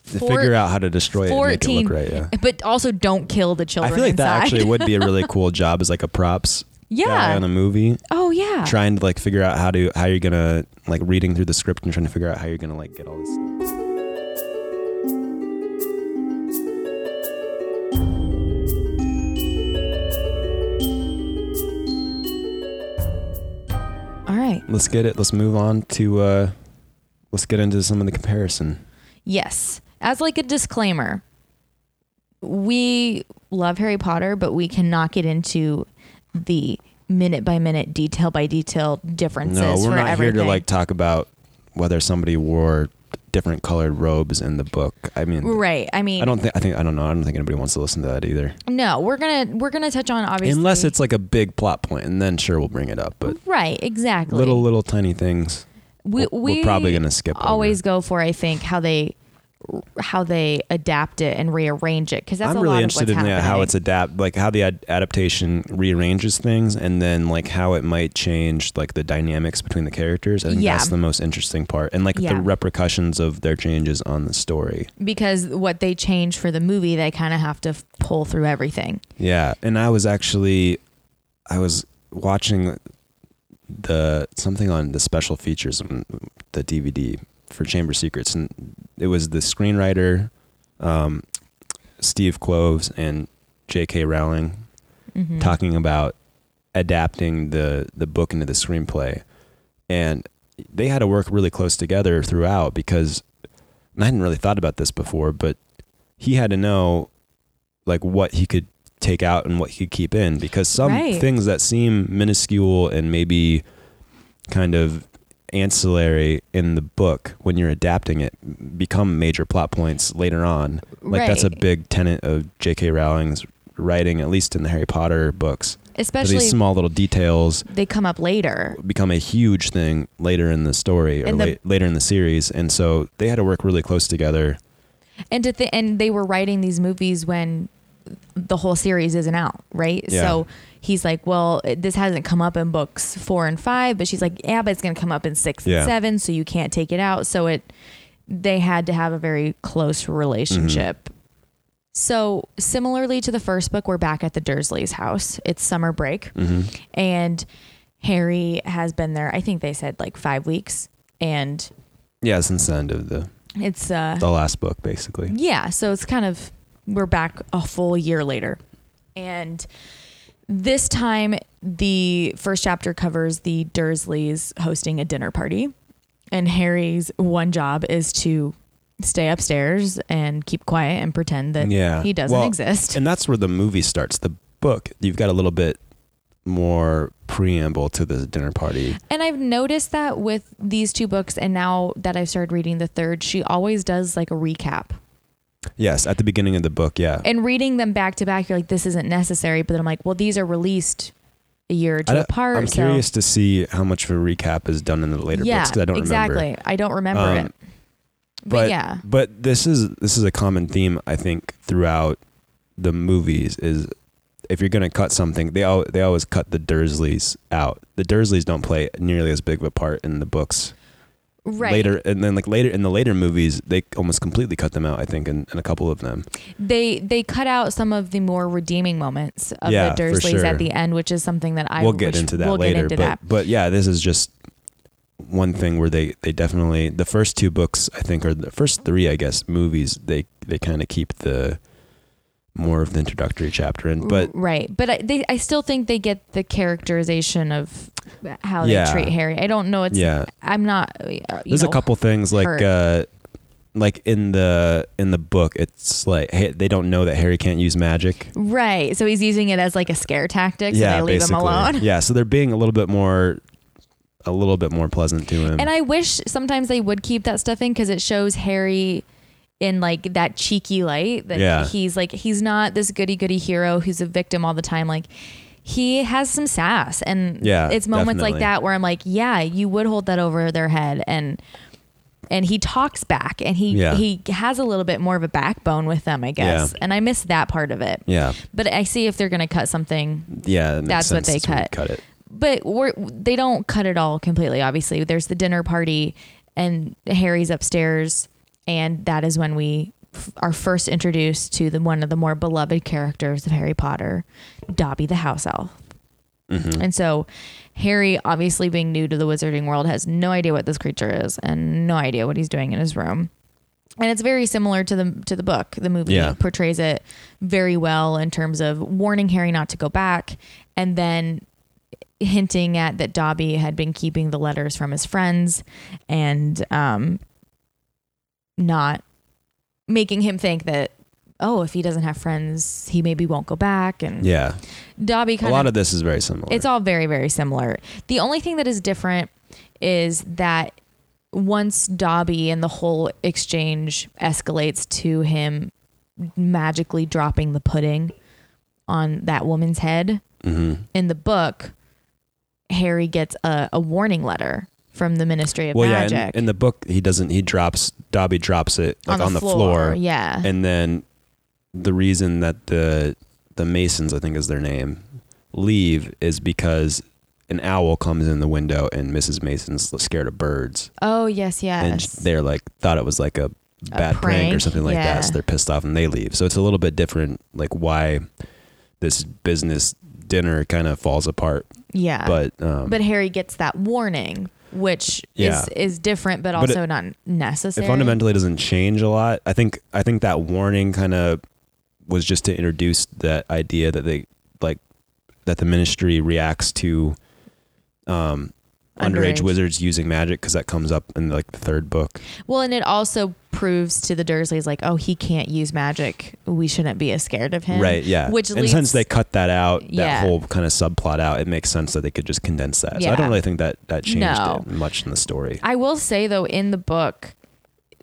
Speaker 2: to
Speaker 1: Four-
Speaker 2: figure out how to destroy it, and
Speaker 1: 14
Speaker 2: make it look right. Yeah,
Speaker 1: but also don't kill the
Speaker 2: I
Speaker 1: children.
Speaker 2: feel like that
Speaker 1: inside.
Speaker 2: actually would be a really cool job as like a props guy
Speaker 1: yeah.
Speaker 2: on a movie.
Speaker 1: oh yeah.
Speaker 2: trying to like figure out how to how you're gonna like reading through the script and trying to figure out how you're gonna like get all this
Speaker 1: all right.
Speaker 2: let's get it let's move on to uh let's get into some of the comparison
Speaker 1: Yes. As like a disclaimer, we love Harry Potter, but we cannot get into the minute by minute, detail by detail differences
Speaker 2: no we're
Speaker 1: for
Speaker 2: not
Speaker 1: everything.
Speaker 2: here to like talk about whether somebody wore different colored robes in the book i mean
Speaker 1: right. I mean,
Speaker 2: i don't think i think i don't know i don't think anybody wants to listen to that either
Speaker 1: no, we're going to we're going to touch on obviously
Speaker 2: unless it's like a big plot point and then sure we'll bring it up but
Speaker 1: Right, exactly.
Speaker 2: little little tiny things
Speaker 1: we,
Speaker 2: we're probably gonna skip over.
Speaker 1: Always go for I think how they how they adapt it and rearrange it because that's
Speaker 2: I'm
Speaker 1: a
Speaker 2: really
Speaker 1: lot
Speaker 2: interested
Speaker 1: of
Speaker 2: in
Speaker 1: what's
Speaker 2: yeah,
Speaker 1: happening.
Speaker 2: how it's adapt, like how the ad- adaptation rearranges things, and then like how it might change like the dynamics between the characters. I think
Speaker 1: Yeah.
Speaker 2: that's the most interesting part, and like the
Speaker 1: Yeah.
Speaker 2: repercussions of their changes on the story.
Speaker 1: because what they change for the movie, they kind of have to f- pull through everything.
Speaker 2: Yeah, and I was actually, I was watching the something on the special features on the DVD for Chamber Secrets, and it was the screenwriter, um, Steve Cloves and J.K. Rowling
Speaker 1: Mhm.
Speaker 2: talking about adapting the the book into the screenplay, and they had to work really close together throughout because and I hadn't really thought about this before, but he had to know like what he could take out and what he could keep in because some
Speaker 1: Right.
Speaker 2: things that seem minuscule and maybe kind of ancillary in the book when you're adapting it become major plot points later on like that's a
Speaker 1: Right.
Speaker 2: big tenet of J.K. Rowling's writing, at least in the Harry Potter books. that
Speaker 1: especially
Speaker 2: These small little details
Speaker 1: they come up later.
Speaker 2: become a huge thing later in the story or
Speaker 1: And the-
Speaker 2: la- later in the series, and so they had to work really close together.
Speaker 1: And to th- and they were writing these movies when the whole series isn't out, right?
Speaker 2: Yeah.
Speaker 1: So he's like, "Well, it- this hasn't come up in books 4 and 5," but she's like, "Yeah, but it's going to come up in 6
Speaker 2: Yeah.
Speaker 1: and 7, so you can't take it out." So it they had to have a very close relationship.
Speaker 2: Mm-hmm.
Speaker 1: So, similarly to the first book, we're back at the Dursleys' house. It's summer break. And Harry has been there, I think they said like 5 weeks, and
Speaker 2: Yeah, since the end of the
Speaker 1: it's uh
Speaker 2: the last book, basically.
Speaker 1: yeah, so it's kind of we're back a full year later. And this time the first chapter covers the Dursleys hosting a dinner party and Harry's one job is to stay upstairs and keep quiet and pretend that
Speaker 2: Yeah,
Speaker 1: he doesn't
Speaker 2: Well,
Speaker 1: exist.
Speaker 2: and that's where the movie starts. The book, you've got a little bit more preamble to the dinner party.
Speaker 1: And I've noticed that with these two books and now that I've started reading the third, she always does like a recap.
Speaker 2: Yes, at the beginning of the book. Yeah,
Speaker 1: And reading them back to back, you're like, this isn't necessary. But then I'm like, well, these are released a year or two
Speaker 2: I don't-
Speaker 1: apart.
Speaker 2: I'm
Speaker 1: so-
Speaker 2: curious to see how much of a recap is done in the later books because I don't
Speaker 1: exactly.
Speaker 2: remember.
Speaker 1: I don't remember
Speaker 2: Um,
Speaker 1: it. But,
Speaker 2: but-
Speaker 1: yeah,
Speaker 2: But this is this is a common theme I think throughout the movies is if you're gonna cut something, they all they always cut the Dursleys out. The Dursleys don't play nearly as big of a part in the books
Speaker 1: right.
Speaker 2: later, and then like later in the later movies, they almost completely cut them out. I think in, in a couple of them.
Speaker 1: They they cut out some of the more redeeming moments of
Speaker 2: Yeah,
Speaker 1: the
Speaker 2: for
Speaker 1: Dursleys
Speaker 2: sure.
Speaker 1: at the end, which is something that I
Speaker 2: we'll get
Speaker 1: wish-
Speaker 2: into that
Speaker 1: we'll
Speaker 2: later.
Speaker 1: Get into
Speaker 2: but
Speaker 1: that.
Speaker 2: but yeah, this is just one thing where they they definitely the first two books I think are the first three I guess movies they they kind of keep the more of the introductory chapter in, but
Speaker 1: right, but I, they I still think they get the characterization of how
Speaker 2: Yeah.
Speaker 1: they treat Harry. I don't know. It's
Speaker 2: yeah,
Speaker 1: I'm not. uh, You
Speaker 2: there's
Speaker 1: know,
Speaker 2: a couple things like
Speaker 1: hurt.
Speaker 2: uh like in the in the book it's like hey, they don't know that Harry can't use magic.
Speaker 1: Right, so he's using it as like a scare tactic. So they leave him alone.
Speaker 2: Yeah, so they're being a little bit more a little bit more pleasant to him.
Speaker 1: And I wish sometimes they would keep that stuff in because it shows Harry in like that cheeky light that
Speaker 2: Yeah.
Speaker 1: he's like he's not this goody goody hero who's a victim all the time. Like he has some sass, and
Speaker 2: Yeah,
Speaker 1: it's moments
Speaker 2: definitely.
Speaker 1: like that where I'm like, yeah, you would hold that over their head, and and he talks back, and he
Speaker 2: Yeah.
Speaker 1: he has a little bit more of a backbone with them, I guess. And I miss that part of it,
Speaker 2: yeah.
Speaker 1: but I see if they're gonna cut something
Speaker 2: Yeah, it makes
Speaker 1: That's what
Speaker 2: sense
Speaker 1: they
Speaker 2: to
Speaker 1: cut.
Speaker 2: Cut it.
Speaker 1: but we're, they don't cut it all completely. Obviously, there's the dinner party, and Harry's upstairs, and that is when we f- are first introduced to the one of the more beloved characters of Harry Potter, Dobby the house elf.
Speaker 2: Mm-hmm.
Speaker 1: And so, Harry, obviously being new to the wizarding world, has no idea what this creature is and no idea what he's doing in his room. And it's very similar to the to the book. The movie
Speaker 2: Yeah.
Speaker 1: portrays it very well in terms of warning Harry not to go back, and then hinting at that Dobby had been keeping the letters from his friends and um, not making him think that oh, if he doesn't have friends, he maybe won't go back. And
Speaker 2: Yeah.
Speaker 1: Dobby
Speaker 2: A
Speaker 1: kind
Speaker 2: lot
Speaker 1: of
Speaker 2: of this is very similar.
Speaker 1: it's all very very similar. The only thing that is different is that once Dobby and the whole exchange escalates to him magically dropping the pudding on that woman's head
Speaker 2: hmm
Speaker 1: in the book, Harry gets a, a warning letter from the Ministry of
Speaker 2: well, yeah.
Speaker 1: Magic.
Speaker 2: In, in the book, he doesn't. He drops Dobby drops it like on the, floor,
Speaker 1: Yeah.
Speaker 2: and then the reason that the the Masons, I think is their name, leave is because an owl comes in the window and Mrs. Mason's scared of birds,
Speaker 1: oh, yes,
Speaker 2: and
Speaker 1: yes.
Speaker 2: they're like thought it was like a bad prank, or
Speaker 1: prank,
Speaker 2: something like
Speaker 1: yeah.
Speaker 2: that. So they're pissed off and they leave. So it's a little bit different, like why this business dinner kind of falls apart,
Speaker 1: yeah.
Speaker 2: but um,
Speaker 1: But Harry gets that warning, which
Speaker 2: Yeah.
Speaker 1: is is different, but
Speaker 2: But it-
Speaker 1: also not necessary.
Speaker 2: it fundamentally doesn't change a lot. I think I think that warning kind of was just to introduce that idea that they like that the ministry reacts to um underage,
Speaker 1: Underage.
Speaker 2: wizards using magic because that comes up in like the third book.
Speaker 1: Well, and it also proves to the Dursleys like, oh, he can't use magic. We shouldn't be as scared of him.
Speaker 2: Right, yeah.
Speaker 1: Which
Speaker 2: and
Speaker 1: leads-
Speaker 2: since they cut that out,
Speaker 1: Yeah.
Speaker 2: that whole kind of subplot out, it makes sense that they could just condense that. So I
Speaker 1: Yeah.
Speaker 2: don't really think that that changed
Speaker 1: No.
Speaker 2: it much in the story.
Speaker 1: I will say though, in the book,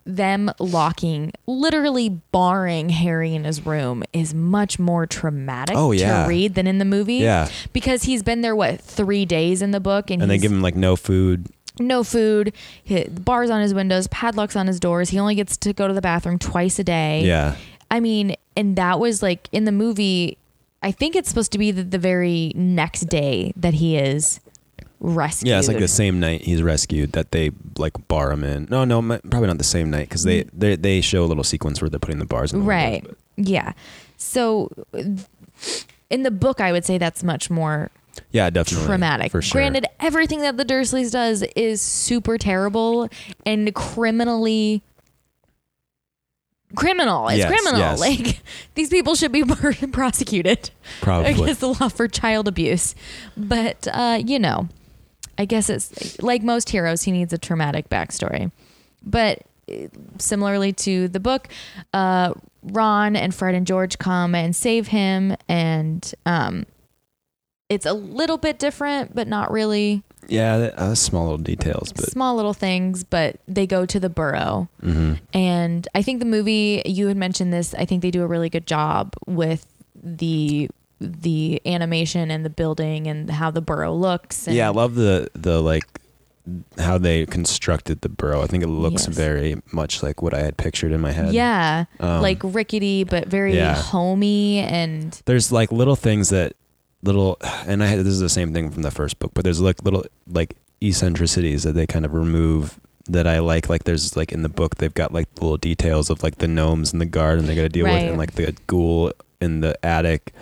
Speaker 1: them locking, literally barring Harry in his room is much more traumatic
Speaker 2: Oh, yeah.
Speaker 1: to read than in the movie.
Speaker 2: Yeah.
Speaker 1: Because he's been there what three days in the book, and,
Speaker 2: And they
Speaker 1: he's
Speaker 2: give him like no food.
Speaker 1: no food, hi- bars on his windows, padlocks on his doors. He only gets to go to the bathroom twice a day.
Speaker 2: Yeah.
Speaker 1: I mean, and that was like in the movie, I think it's supposed to be the, the very next day that he is rescued.
Speaker 2: Yeah, it's like the same night he's rescued that they like bar him in. No, no, m- probably not the same night because they, they they show a little sequence where they're putting the bars in. The windows,
Speaker 1: Mm. Right. Yeah. So th- in the book, I would say that's much more
Speaker 2: but- yeah, definitely
Speaker 1: traumatic.
Speaker 2: for sure.
Speaker 1: Granted, everything that the Dursleys does is super terrible and criminally criminal. It's
Speaker 2: Yes,
Speaker 1: criminal.
Speaker 2: yes.
Speaker 1: Like these people should be prosecuted
Speaker 2: probably.
Speaker 1: against the law for child abuse. But uh, you know, I guess it's like most heroes, he needs a traumatic backstory. But eh, similarly to the book, uh, Ron and Fred and George come and save him, and um, it's a little bit different, but not really.
Speaker 2: Yeah, that, uh, small little details, but
Speaker 1: Small little things, but they go to the burrow.
Speaker 2: mhm.
Speaker 1: And I think the movie you had mentioned this. I think they do a really good job with the the animation and the building and how the burrow looks. And
Speaker 2: yeah, I love the the like how they constructed the burrow. I think it looks
Speaker 1: Yes.
Speaker 2: very much like what I had pictured in my head.
Speaker 1: yeah,
Speaker 2: Um,
Speaker 1: like rickety but very
Speaker 2: yeah.
Speaker 1: homey and
Speaker 2: there's like little things that little and I had, this is the same thing from the first book, but there's like little like eccentricities that they kind of remove that I like. Like there's like in the book they've got like little details of like the gnomes in the garden they got to deal with,
Speaker 1: Right.
Speaker 2: and like the ghoul in the attic.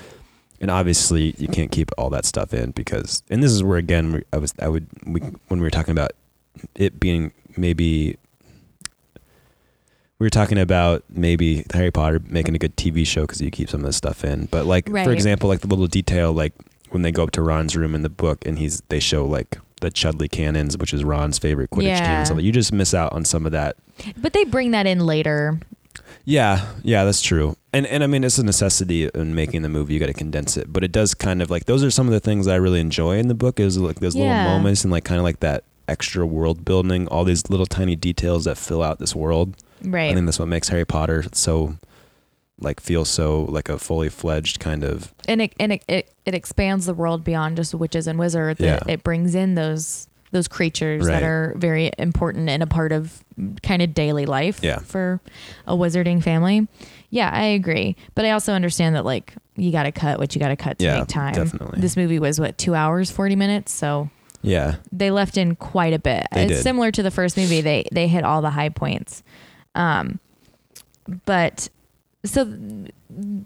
Speaker 2: And obviously, you can't keep all that stuff in because, and this is where again we- I was I would we when we were talking about it being maybe we were talking about maybe Harry Potter making a good TV show because you keep some of this stuff in. But like
Speaker 1: Right.
Speaker 2: for example, like the little detail, like when they go up to Ron's room in the book and he's they show like the Chudley Cannons, which is Ron's favorite Quidditch team.
Speaker 1: Yeah.
Speaker 2: And stuff. You just miss out on some of that.
Speaker 1: but they bring that in later.
Speaker 2: Yeah, yeah, that's true. And and I mean it's a necessity in making the movie. You got to condense it, but it does kind of like those are some of the things I really enjoy in the book. Is like those
Speaker 1: Yeah.
Speaker 2: little moments and like kind of like that extra world building, all these little tiny details that fill out this world. I
Speaker 1: Right.
Speaker 2: think that's what makes Harry Potter so like feel so like a fully fledged kind of
Speaker 1: and it and it, it, it expands the world beyond just witches and wizards. It,
Speaker 2: Yeah.
Speaker 1: it brings in those those creatures that
Speaker 2: Right.
Speaker 1: are very important and a part of kind of daily life
Speaker 2: Yeah.
Speaker 1: for a wizarding family. Yeah, I agree, but I also understand that like you got to cut what you got to cut to
Speaker 2: Yeah,
Speaker 1: make time.
Speaker 2: definitely.
Speaker 1: This movie was what two hours forty minutes, so
Speaker 2: yeah
Speaker 1: they left in quite a bit.
Speaker 2: They
Speaker 1: it's
Speaker 2: did.
Speaker 1: similar to the first movie. They they hit all the high points. Um but so th-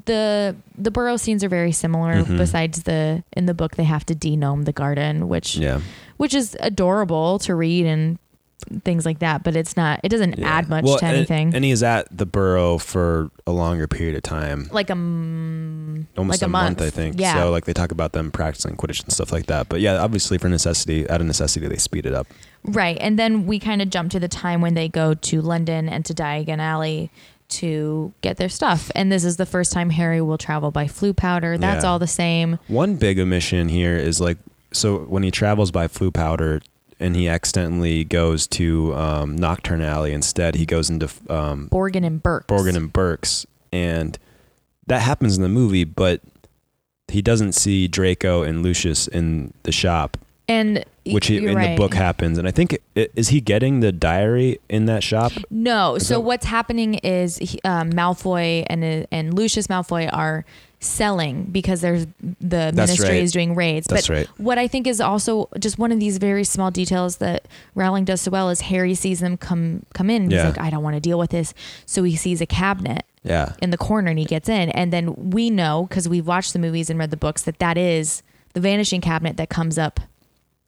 Speaker 1: the the burrow scenes are very similar
Speaker 2: Mhm.
Speaker 1: besides the in the book they have to denome the garden which
Speaker 2: yeah
Speaker 1: which is adorable to read and things like that but it's not it doesn't
Speaker 2: yeah.
Speaker 1: add much
Speaker 2: Well,
Speaker 1: to
Speaker 2: and-
Speaker 1: anything
Speaker 2: and, he's at the burrow for a longer period of time
Speaker 1: like a mm,
Speaker 2: almost
Speaker 1: like a, month.
Speaker 2: i think
Speaker 1: yeah
Speaker 2: so like they talk about them practicing quidditch and stuff like that but yeah obviously for necessity out of necessity they speed it up
Speaker 1: Right. And then we kind of jump to the time when they go to London and to Diagon Alley to get their stuff. And this is the first time Harry will travel by flu powder. That's
Speaker 2: Yeah.
Speaker 1: all the same.
Speaker 2: One big omission here is like so when he travels by flu powder and he accidentally goes to um, Nocturne Alley instead, he goes into um,
Speaker 1: Borgin and Burke.
Speaker 2: Borgin and Burks, and that happens in the movie, but he doesn't see Draco and Lucius in the shop.
Speaker 1: And
Speaker 2: which he,
Speaker 1: You're
Speaker 2: in the
Speaker 1: right.
Speaker 2: book happens. And I think i- is he getting the diary in that shop?
Speaker 1: No. So
Speaker 2: that-
Speaker 1: what's happening is he- um, Malfoy and uh, and Lucius Malfoy are selling because there's the ministry
Speaker 2: right.
Speaker 1: is doing raids.
Speaker 2: That's
Speaker 1: but
Speaker 2: right.
Speaker 1: what I think is also just one of these very small details that Rowling does so well is Harry sees them come come in.
Speaker 2: Yeah.
Speaker 1: He's like, I don't want to deal with this. So he sees a cabinet
Speaker 2: Yeah.
Speaker 1: in the corner and he gets in. And then we know because we've watched the movies and read the books that that is the vanishing cabinet that comes up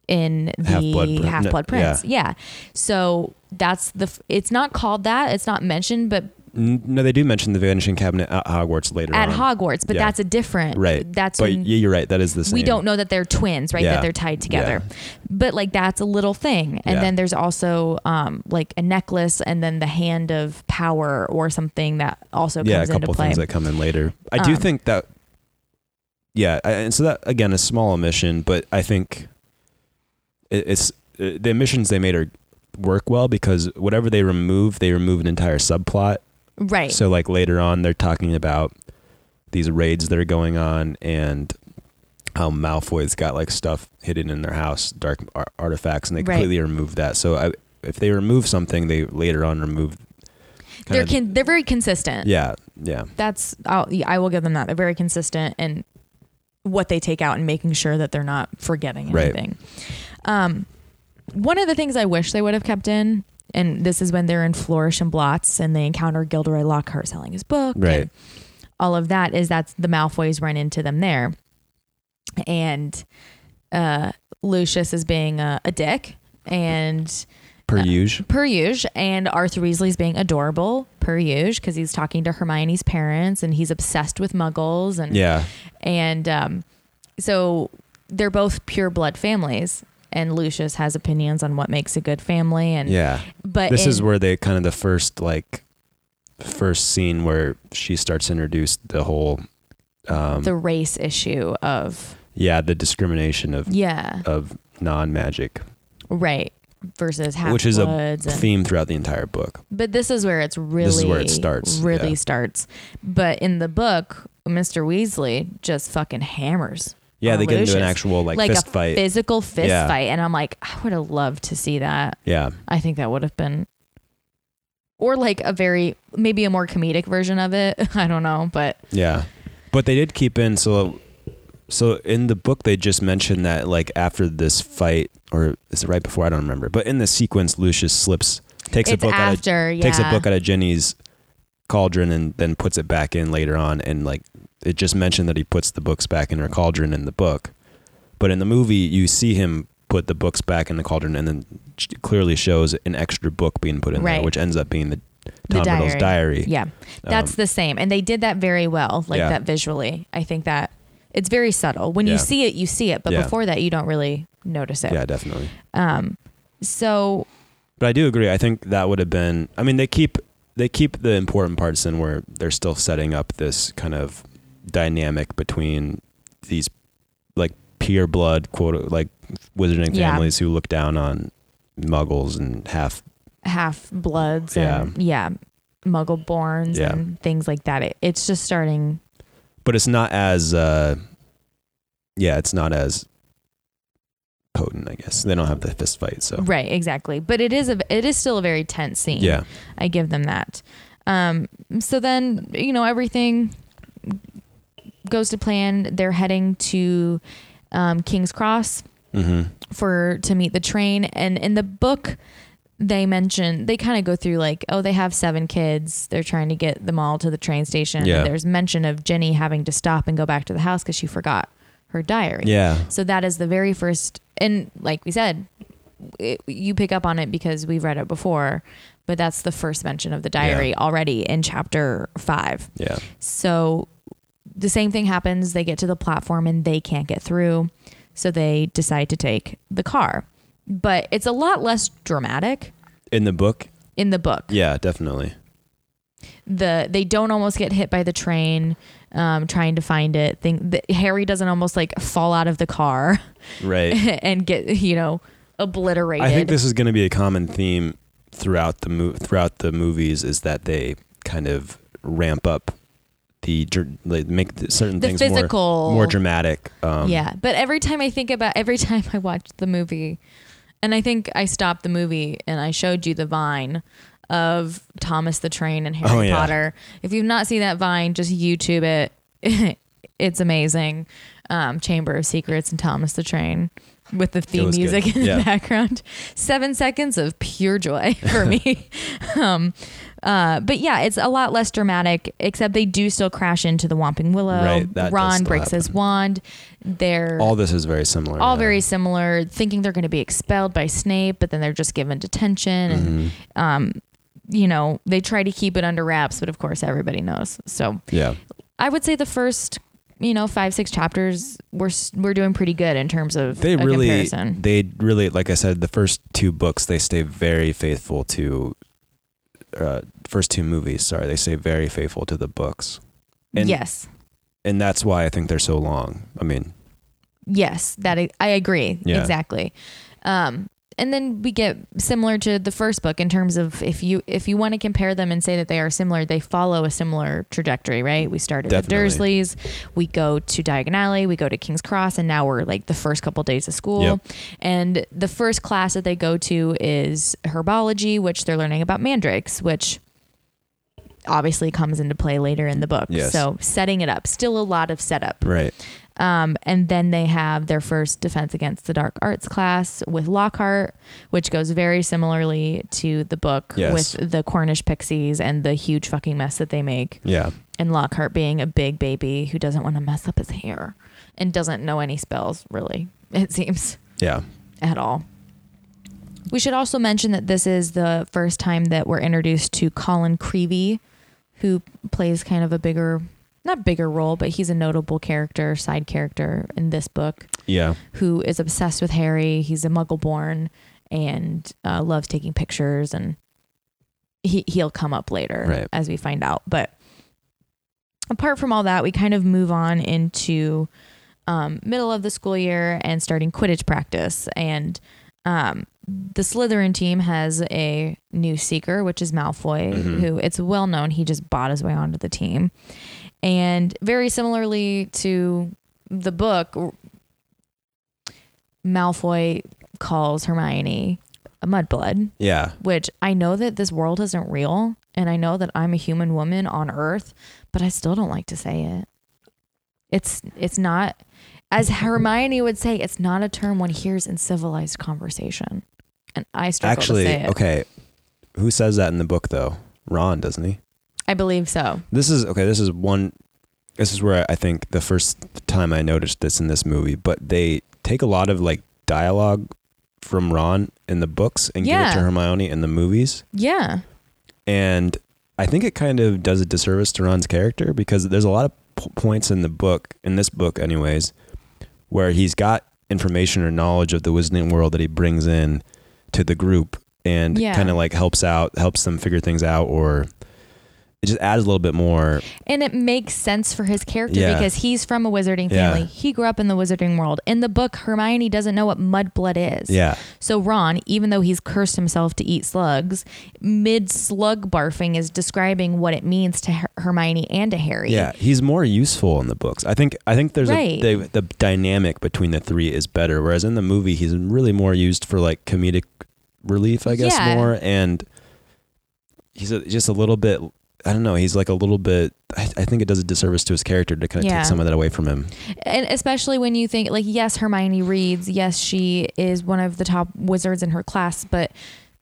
Speaker 1: in
Speaker 2: Half-Blood
Speaker 1: the
Speaker 2: Prin-
Speaker 1: Half Blood
Speaker 2: no, yeah.
Speaker 1: Prince. Yeah. So that's the. f- It's not called that. It's not mentioned, but
Speaker 2: N- No, they do mention the vanishing cabinet at Hogwarts later
Speaker 1: at
Speaker 2: on.
Speaker 1: Hogwarts. But
Speaker 2: Yeah.
Speaker 1: that's a different.
Speaker 2: right.
Speaker 1: That's
Speaker 2: but
Speaker 1: when
Speaker 2: yeah, you're right. That is the same.
Speaker 1: we don't know that they're twins, right?
Speaker 2: Yeah.
Speaker 1: That they're tied together. But like that's a little thing. And
Speaker 2: Yeah.
Speaker 1: then there's also um like a necklace and then the hand of power or something that also
Speaker 2: yeah, a
Speaker 1: comes
Speaker 2: couple
Speaker 1: into play.
Speaker 2: things that come in later. I do
Speaker 1: Um,
Speaker 2: think that, yeah, I- and so that again a small omission, but I think it, it's uh, the omissions they made are work well because whatever they remove, they remove an entire subplot.
Speaker 1: right.
Speaker 2: So like later on, they're talking about these raids that are going on and how Malfoy's got like stuff hidden in their house, dark ar- artifacts, and they
Speaker 1: Right.
Speaker 2: completely remove that. So I, if they remove something, they later on remove. kind
Speaker 1: they're
Speaker 2: of-
Speaker 1: con- they're very consistent.
Speaker 2: yeah, yeah.
Speaker 1: that's I'll, yeah, I will give them that. They're very consistent in what they take out and making sure that they're not forgetting
Speaker 2: Right.
Speaker 1: anything. Um, one of the things I wish they would have kept in, and this is when they're in Flourish and Blots and they encounter Gilderoy Lockhart selling his book, and
Speaker 2: Right.
Speaker 1: all of that is that's the Malfoys run into them there, and uh, Lucius is being a, a dick and
Speaker 2: Per
Speaker 1: Uh,
Speaker 2: usual.
Speaker 1: per usual, and Arthur Weasley's being adorable per usual because he's talking to Hermione's parents and he's obsessed with Muggles and
Speaker 2: Yeah,
Speaker 1: and um, so they're both pure blood families. And Lucius has opinions on what makes a good family, and
Speaker 2: yeah.
Speaker 1: but
Speaker 2: This
Speaker 1: in-
Speaker 2: is where they kind of the first like first scene where she starts to introduce the whole um
Speaker 1: the race issue of
Speaker 2: yeah, the discrimination of
Speaker 1: yeah
Speaker 2: of non-magic,
Speaker 1: right versus half
Speaker 2: which is a
Speaker 1: and,
Speaker 2: theme throughout the entire book.
Speaker 1: But this is where it's really
Speaker 2: is where it starts,
Speaker 1: Really
Speaker 2: yeah.
Speaker 1: starts. But in the book, Mr. Weasley just fucking hammers.
Speaker 2: Yeah,
Speaker 1: on
Speaker 2: they get into an
Speaker 1: Lucius.
Speaker 2: actual like,
Speaker 1: Like a
Speaker 2: fist fight.
Speaker 1: Physical fist
Speaker 2: Yeah.
Speaker 1: fight. And I'm like, I would have loved to see that.
Speaker 2: yeah.
Speaker 1: I think that would have been or like a very maybe a more comedic version of it. I don't know, but
Speaker 2: Yeah, but they did keep in so. So in the book, they just mentioned that like after this fight, or is it right before? I don't remember. But in the sequence, Lucius slips, takes a
Speaker 1: it's
Speaker 2: book out of
Speaker 1: after, yeah.
Speaker 2: takes a book out of Jenny's cauldron and then puts it back in later on. And like it just mentioned that he puts the books back in her cauldron in the book, but in the movie you see him put the books back in the cauldron and then ch- clearly shows an extra book being put in there,
Speaker 1: Right.
Speaker 2: which ends up being the
Speaker 1: The
Speaker 2: Tom Riddle's
Speaker 1: diary.
Speaker 2: diary.
Speaker 1: Yeah. That's
Speaker 2: Um,
Speaker 1: the same. And they did that very well, like
Speaker 2: Yeah.
Speaker 1: that visually. I think that it's very subtle. When
Speaker 2: Yeah.
Speaker 1: you see it, you see it, but
Speaker 2: Yeah.
Speaker 1: before that you don't really notice it.
Speaker 2: yeah, definitely.
Speaker 1: Um, so
Speaker 2: But I do agree. I think that would have been. I mean, they keep they keep the important parts in where they're still setting up this kind of dynamic between these like pure blood quote like wizarding
Speaker 1: Yeah.
Speaker 2: families who look down on muggles and half
Speaker 1: half bloods and yeah, muggle borns
Speaker 2: Yeah.
Speaker 1: and things like that. It, it's just starting.
Speaker 2: but it's not as uh yeah it's not as potent i guess they don't have the fist fight so
Speaker 1: Right, exactly. But it is a it is still a very tense scene.
Speaker 2: yeah
Speaker 1: I give them that. Um, so then you know everything goes to plan. They're heading to um, King's Cross
Speaker 2: hmm
Speaker 1: for to meet the train and in the book they mention they kind of go through like oh they have seven kids they're trying to get them all to the train station
Speaker 2: Yeah.
Speaker 1: there's mention of jenny having to stop and go back to the house because she forgot her diary
Speaker 2: yeah
Speaker 1: so that is the very first and like we said it, you pick up on it because we've read it before but that's the first mention of the diary already in chapter five
Speaker 2: yeah
Speaker 1: so the same thing happens. They get to the platform and they can't get through. So they decide to take the car. But it's a lot less dramatic
Speaker 2: in the book
Speaker 1: in the book.
Speaker 2: yeah definitely
Speaker 1: The they don't almost get hit by the train um, trying to find it. Thing the, Harry doesn't almost like fall out of the car
Speaker 2: right
Speaker 1: and get you know obliterated.
Speaker 2: I think this is going to be a common theme throughout the mo- throughout the movies is that they kind of ramp up the dr- like make the certain
Speaker 1: The
Speaker 2: things
Speaker 1: physical-
Speaker 2: more more dramatic. Um,
Speaker 1: yeah, but every time I think about every time I watch the movie, and I think I stopped the movie and I showed you the Vine of Thomas the Train and Harry
Speaker 2: Oh, yeah.
Speaker 1: Potter. If you've not seen that Vine, just YouTube it. it's amazing. Um, Chamber of Secrets and Thomas the Train with the theme
Speaker 2: was good.
Speaker 1: music in the
Speaker 2: Yeah.
Speaker 1: background. Seven seconds of pure joy for me. um, uh, but yeah, it's a lot less dramatic, except they do still crash into the Whomping Willow.
Speaker 2: Right, that does
Speaker 1: Ron
Speaker 2: still
Speaker 1: breaks his wand. They're
Speaker 2: All this is very similar.
Speaker 1: all
Speaker 2: yeah.
Speaker 1: very similar, thinking they're going to be expelled by Snape, but then they're just given detention. And, um,
Speaker 2: Mhm.
Speaker 1: you know, they try to keep it under wraps, but of course, everybody knows. So
Speaker 2: Yeah.
Speaker 1: I would say the first, you know, five, six chapters, we're, s- we're doing pretty good in terms of
Speaker 2: They
Speaker 1: a
Speaker 2: really,
Speaker 1: comparison.
Speaker 2: they really, like I said, the first two books, they stay very faithful to, uh, first two movies, sorry, they stay very faithful to the books. And,
Speaker 1: yes.
Speaker 2: And that's why I think they're so long. I mean,
Speaker 1: Yes. That e, I, I agree.
Speaker 2: Yeah.
Speaker 1: Exactly. Um, and then we get similar to the first book in terms of if you if you want to compare them and say that they are similar, they follow a similar trajectory, right? We started at
Speaker 2: Definitely.
Speaker 1: Dursleys, we go to Diagon Alley, we go to King's Cross, and now we're like the first couple days of school.
Speaker 2: Yep.
Speaker 1: And the first class that they go to is herbology, which they're learning about mandrakes, which obviously comes into play later in the book.
Speaker 2: Yes.
Speaker 1: So setting it up, still a lot of setup.
Speaker 2: right.
Speaker 1: Um, and then they have their first Defense Against the Dark Arts class with Lockhart, which goes very similarly to the book
Speaker 2: Yes.
Speaker 1: with the Cornish pixies and the huge fucking mess that they make.
Speaker 2: Yeah.
Speaker 1: And Lockhart being a big baby who doesn't want to mess up his hair and doesn't know any spells, really, it seems,
Speaker 2: Yeah.
Speaker 1: at all. We should also mention that this is the first time that we're introduced to Colin Creevy, who plays kind of a bigger, not bigger role, but he's a notable character, side character in this book,
Speaker 2: Yeah.
Speaker 1: who is obsessed with Harry. He's a muggle born and uh, loves taking pictures, and he, he'll come up later
Speaker 2: Right.
Speaker 1: as we find out. But apart from all that, we kind of move on into um, middle of the school year and starting Quidditch practice. And um, the Slytherin team has a new seeker, which is Malfoy,
Speaker 2: Mhm.
Speaker 1: who it's well known he just bought his way onto the team. And very similarly to the book, Malfoy calls Hermione a mudblood
Speaker 2: Yeah.
Speaker 1: which I know that this world isn't real and I know that I'm a human woman on earth, but I still don't like to say it. It's it's not as Hermione would say, it's not a term one hears in civilized conversation. And I struggle to say
Speaker 2: Actually,
Speaker 1: it.
Speaker 2: okay. Who says that in the book though? Ron, doesn't he?
Speaker 1: I believe so.
Speaker 2: This is okay. This is one. This is where I think the first time I noticed this in this movie, but they take a lot of like dialogue from Ron in the books and
Speaker 1: Yeah.
Speaker 2: give it to Hermione in the movies,
Speaker 1: Yeah.
Speaker 2: and I think it kind of does a disservice to Ron's character because there's a lot of p- points in the book, in this book, anyways, where he's got information or knowledge of the Wizarding world that he brings in to the group and
Speaker 1: Yeah.
Speaker 2: kind of like helps out, helps them figure things out, or it just adds a little bit more
Speaker 1: And it makes sense for his character
Speaker 2: Yeah.
Speaker 1: because he's from a wizarding
Speaker 2: Yeah.
Speaker 1: family. He grew up in the wizarding world. In the book, Hermione doesn't know what mudblood is.
Speaker 2: Yeah,
Speaker 1: So Ron, even though he's cursed himself to eat slugs, mid slug barfing is describing what it means to Her- Hermione and to Harry.
Speaker 2: yeah. He's more useful in the books. I think. I think there's
Speaker 1: Right.
Speaker 2: a the, the dynamic between the three is better. Whereas in the movie, he's really more used for like comedic relief, I guess,
Speaker 1: Yeah.
Speaker 2: more and he's a, just a little bit. I don't know. He's like a little bit. I, I think it does a disservice to his character to kind of
Speaker 1: Yeah.
Speaker 2: take some of that away from him.
Speaker 1: And especially when you think like yes, Hermione reads, yes, she is one of the top wizards in her class, but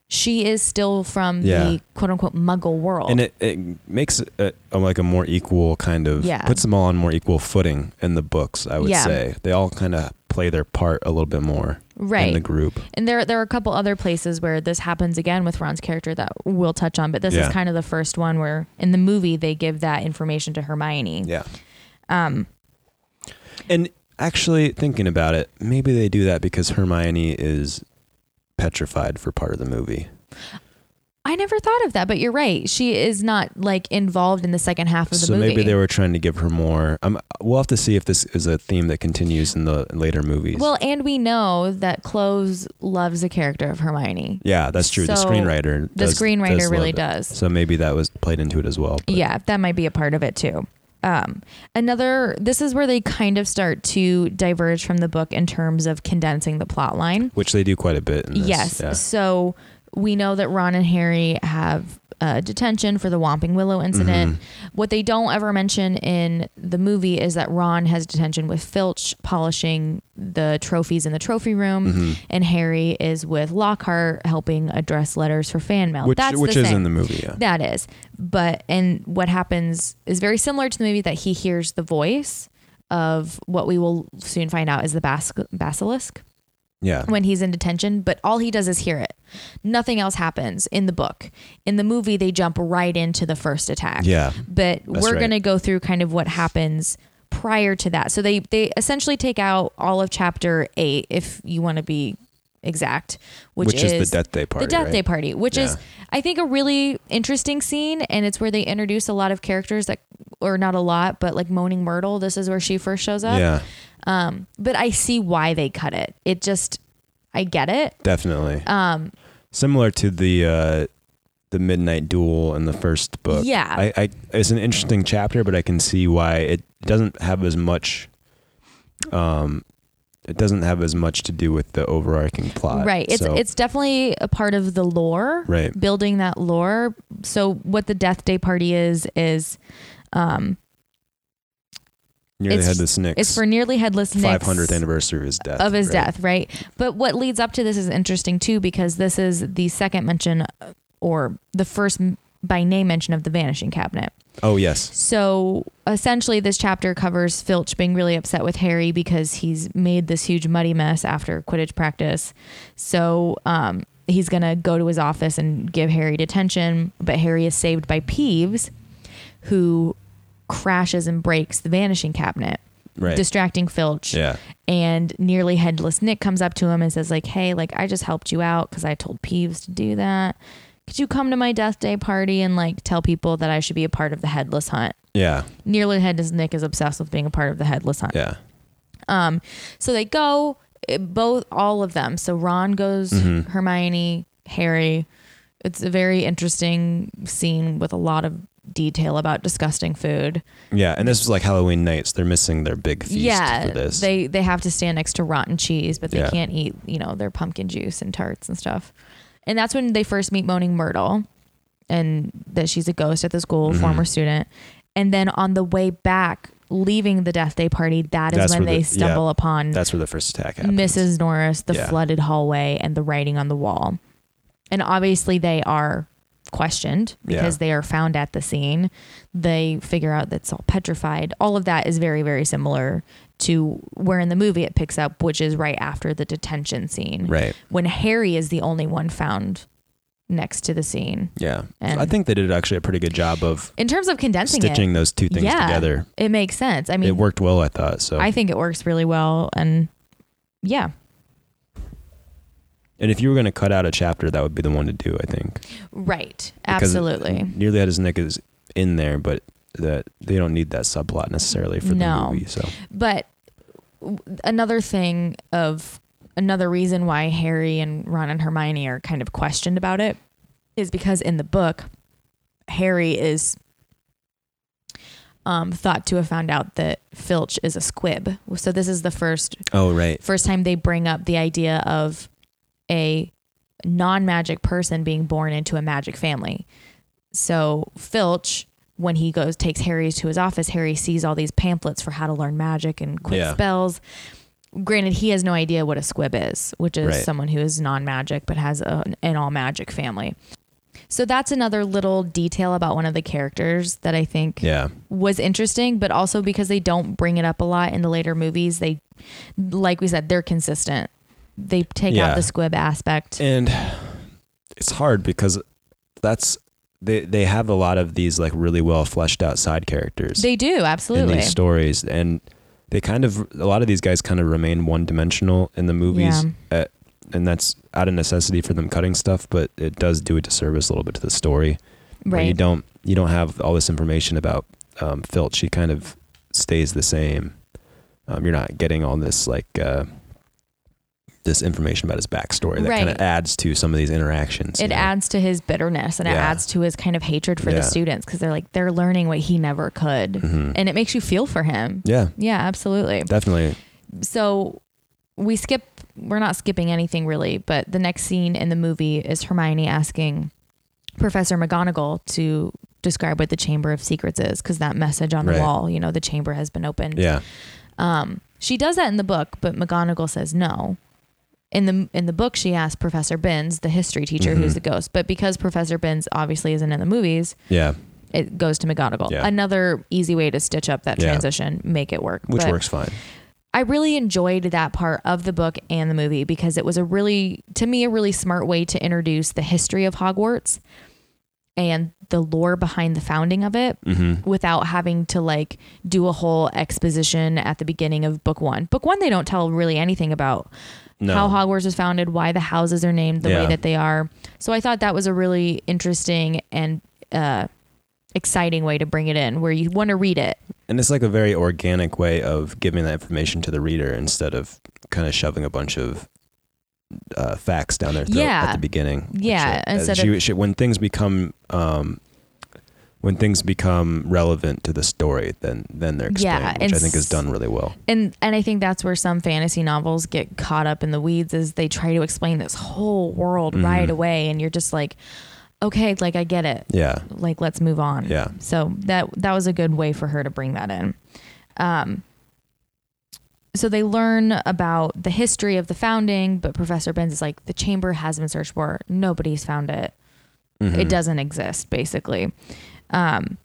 Speaker 1: she is still from
Speaker 2: Yeah.
Speaker 1: the quote unquote muggle world.
Speaker 2: And it, it makes it a, like a more equal kind of
Speaker 1: Yeah.
Speaker 2: puts them all on more equal footing in the books. I would
Speaker 1: Yeah.
Speaker 2: say they all kind of play their part a little bit more
Speaker 1: right.
Speaker 2: in the group.
Speaker 1: And there, there are a couple other places where this happens again with Ron's character that we'll touch on, but this
Speaker 2: Yeah.
Speaker 1: is kind of the first one where in the movie they give that information to Hermione.
Speaker 2: Yeah.
Speaker 1: Um,
Speaker 2: And actually, thinking about it, maybe they do that because Hermione is petrified for part of the movie.
Speaker 1: I never thought of that, but you're right. She is not like involved in the second half of the
Speaker 2: So
Speaker 1: movie.
Speaker 2: maybe they were trying to give her more. Um, we'll have to see if this is a theme that continues in the later movies.
Speaker 1: well, and we know that Cloves loves the character of Hermione.
Speaker 2: yeah, that's true. the
Speaker 1: so
Speaker 2: screenwriter.
Speaker 1: The
Speaker 2: does-
Speaker 1: screenwriter
Speaker 2: does
Speaker 1: really
Speaker 2: love it.
Speaker 1: does.
Speaker 2: So maybe that was played into it as well. but-
Speaker 1: Yeah, that might be a part of it too. um, another this is where they kind of start to diverge from the book in terms of condensing the plot line
Speaker 2: which they do quite a bit. In this.
Speaker 1: yes
Speaker 2: Yeah.
Speaker 1: so we know that ron and harry have uh, detention for the Whomping Willow
Speaker 2: Mm-hmm.
Speaker 1: incident. What they don't ever mention in the movie is that Ron has detention with Filch polishing the trophies in the trophy
Speaker 2: Mm-hmm.
Speaker 1: room, and Harry is with Lockhart helping address letters for fan mail.
Speaker 2: Which
Speaker 1: That's
Speaker 2: which
Speaker 1: the
Speaker 2: is
Speaker 1: same.
Speaker 2: in the movie. Yeah.
Speaker 1: That is. But and what happens is very similar to the movie that he hears the voice of what we will soon find out is the bas- basilisk
Speaker 2: yeah.
Speaker 1: when he's in detention, but all he does is hear it. Nothing else happens in the book. In the movie they jump right into the first attack.
Speaker 2: Yeah.
Speaker 1: But we're
Speaker 2: right.
Speaker 1: going to go through kind of what happens prior to that. So they they essentially take out all of chapter 8 if you want to be exact, which,
Speaker 2: Which, is, the death day party.
Speaker 1: the death
Speaker 2: right?
Speaker 1: day party which is
Speaker 2: Yeah.
Speaker 1: i think a really interesting scene and it's where they introduce a lot of characters that or not a lot but like moaning myrtle this is where she first shows up
Speaker 2: Yeah,
Speaker 1: um but i see why they cut it it just i get it
Speaker 2: definitely.
Speaker 1: um
Speaker 2: Similar to the uh, the midnight duel in the first book.
Speaker 1: yeah
Speaker 2: I, I it's an interesting chapter, but I can see why it doesn't have as much. Um, it doesn't have as much to do with the overarching plot.
Speaker 1: right it's
Speaker 2: So-
Speaker 1: it's definitely a part of the lore
Speaker 2: right.
Speaker 1: building that lore. So what the Death Day Party is is um,
Speaker 2: Nearly
Speaker 1: it's-
Speaker 2: had this Nick's
Speaker 1: it's for nearly headless Nick's-
Speaker 2: 500th anniversary of his death.
Speaker 1: of his
Speaker 2: right?
Speaker 1: death, right? But what leads up to this is interesting too, because this is the second mention uh, or the first m- by name mention of the Vanishing Cabinet.
Speaker 2: Oh yes.
Speaker 1: So essentially, this chapter covers Filch being really upset with Harry because he's made this huge muddy mess after Quidditch practice. So um, he's going to go to his office and give Harry detention, but Harry is saved by Peeves, who crashes and breaks the Vanishing Cabinet.
Speaker 2: Right.
Speaker 1: Distracting Filch
Speaker 2: yeah.
Speaker 1: and nearly headless nick comes up to him and says like hey like i just helped you out because i told peeves to do that could you come to my death day party and like tell people that i should be a part of the headless hunt
Speaker 2: Yeah.
Speaker 1: nearly headless nick is obsessed with being a part of the headless hunt
Speaker 2: Yeah.
Speaker 1: um so they go it- both all of them so ron goes
Speaker 2: Mhm.
Speaker 1: hermione harry it's a very interesting scene with a lot of detail about disgusting food
Speaker 2: Yeah. And this was like Halloween nights. They're missing their big feast
Speaker 1: yeah,
Speaker 2: for this.
Speaker 1: they they have to stand next to rotten cheese, but they
Speaker 2: Yeah.
Speaker 1: can't eat you know their pumpkin juice and tarts and stuff. And that's when they first meet Moaning Myrtle, and that she's a ghost at the school,
Speaker 2: Mhm.
Speaker 1: former student. And then on the way back, leaving the death day party, that is
Speaker 2: That's
Speaker 1: when
Speaker 2: where
Speaker 1: they
Speaker 2: the- yeah,
Speaker 1: stumble upon
Speaker 2: That's where the first attack happened.
Speaker 1: Mrs. Norris, the
Speaker 2: Yeah.
Speaker 1: flooded hallway, and the writing on the wall. And obviously, they are questioned because
Speaker 2: Yeah.
Speaker 1: they are found at the scene. They figure out that's all petrified. All of that is very, very similar to where in the movie it picks up, which is right after the detention scene
Speaker 2: Right.
Speaker 1: when Harry is the only one found next to the scene.
Speaker 2: Yeah.
Speaker 1: And-
Speaker 2: I think they did actually a pretty good job of
Speaker 1: In terms of condensing
Speaker 2: stitching those two things
Speaker 1: Yeah.
Speaker 2: together.
Speaker 1: it, it makes sense. I
Speaker 2: it
Speaker 1: mean,
Speaker 2: worked well, I thought. So,
Speaker 1: I think it works really well. And yeah.
Speaker 2: and if you were going to cut out a chapter, that would be the one to do. I think
Speaker 1: Right.
Speaker 2: Because it-
Speaker 1: Absolutely.
Speaker 2: nearly had his nick is in there, but that they don't need that subplot necessarily for
Speaker 1: No.
Speaker 2: the movie. So,
Speaker 1: But w- another thing of another reason why Harry and Ron and Hermione are kind of questioned about it is because in the book, Harry is um, thought to have found out that Filch is a squib. So this is the first
Speaker 2: oh right,
Speaker 1: first time they bring up the idea of a non-magic person being born into a magic family. So Filch, when he goes takes Harry to his office, Harry sees all these pamphlets for how to learn magic and quick
Speaker 2: Yeah.
Speaker 1: spells. Granted, he has no idea what a squib is, which is
Speaker 2: Right.
Speaker 1: someone who is non-magic but has a, an all-magic family. So that's another little detail about one of the characters that I think
Speaker 2: yeah,
Speaker 1: was interesting, but also because they don't bring it up a lot in the later movies, they like we said, they're consistent. They take
Speaker 2: Yeah.
Speaker 1: out the squib aspect.
Speaker 2: and it's hard because that's they they have a lot of these like really well fleshed out side characters
Speaker 1: They do,
Speaker 2: in
Speaker 1: absolutely.
Speaker 2: these stories, and they kind of a lot of these guys kind of remain one dimensional in the movies.
Speaker 1: Yeah.
Speaker 2: and that's out of necessity for them cutting stuff, but it does do a disservice a little bit to the story. where You
Speaker 1: Right.
Speaker 2: don't you don't have all this information about um, Filch. He kind of stays the same. Um, you're not getting all this like uh, this information about his backstory that kind
Speaker 1: Right.
Speaker 2: of adds to some of these interactions.
Speaker 1: It
Speaker 2: you know?
Speaker 1: adds to his bitterness and it
Speaker 2: Yeah.
Speaker 1: adds to his kind of hatred for
Speaker 2: Yeah. Mm-hmm.
Speaker 1: the students because they're like they're learning what he never could, and it makes you feel for him.
Speaker 2: Yeah,
Speaker 1: Yeah, absolutely.
Speaker 2: definitely.
Speaker 1: so we skip we're not skipping anything really but the next scene in the movie is hermione asking professor mcgonagall to describe what the chamber of secrets is because that message on the
Speaker 2: Right.
Speaker 1: wall you know the chamber has been opened
Speaker 2: Yeah.
Speaker 1: um, she does that in the book but mcgonagall says no in the in the book she asked professor binns the history teacher who's
Speaker 2: Mhm.
Speaker 1: the ghost but because professor binns obviously isn't in the movies
Speaker 2: Yeah.
Speaker 1: it goes to mcgonagall
Speaker 2: Yeah.
Speaker 1: another easy way to stitch up that
Speaker 2: Yeah.
Speaker 1: transition make it work
Speaker 2: Which
Speaker 1: But-
Speaker 2: works fine.
Speaker 1: I really enjoyed that part of the book and the movie because it was a really, to me, a really smart way to introduce the history of Hogwarts and the lore behind the founding of it
Speaker 2: hmm
Speaker 1: without having to like do a whole exposition at the beginning of book one. Book one, they don't tell really anything about
Speaker 2: No.
Speaker 1: how Hogwarts was founded, why the houses are named the way
Speaker 2: Yeah.
Speaker 1: that they are. So I thought that was a really interesting and uh, exciting way to bring it in where you want to read it.
Speaker 2: and it's like a very organic way of giving that information to the reader instead of kind of shoving a bunch of uh, facts down their throat
Speaker 1: Yeah.
Speaker 2: at the beginning. which
Speaker 1: Yeah,
Speaker 2: are- uh,
Speaker 1: instead
Speaker 2: she- she- when things become um, when things become relevant to the story, then then they're explained,
Speaker 1: Yeah,
Speaker 2: which
Speaker 1: and
Speaker 2: I think is
Speaker 1: s-
Speaker 2: done really well.
Speaker 1: and and I think that's where some fantasy novels get caught up in the weeds is they try to explain this whole world right
Speaker 2: Mhm.
Speaker 1: away and you're just like okay like I get it
Speaker 2: Yeah,
Speaker 1: like let's move on
Speaker 2: yeah,
Speaker 1: so that that was a good way for her to bring that in um so they learn about the history of the founding but Professor Benz is like the chamber has been searched for nobody's found it it
Speaker 2: Mhm.
Speaker 1: doesn't exist basically um,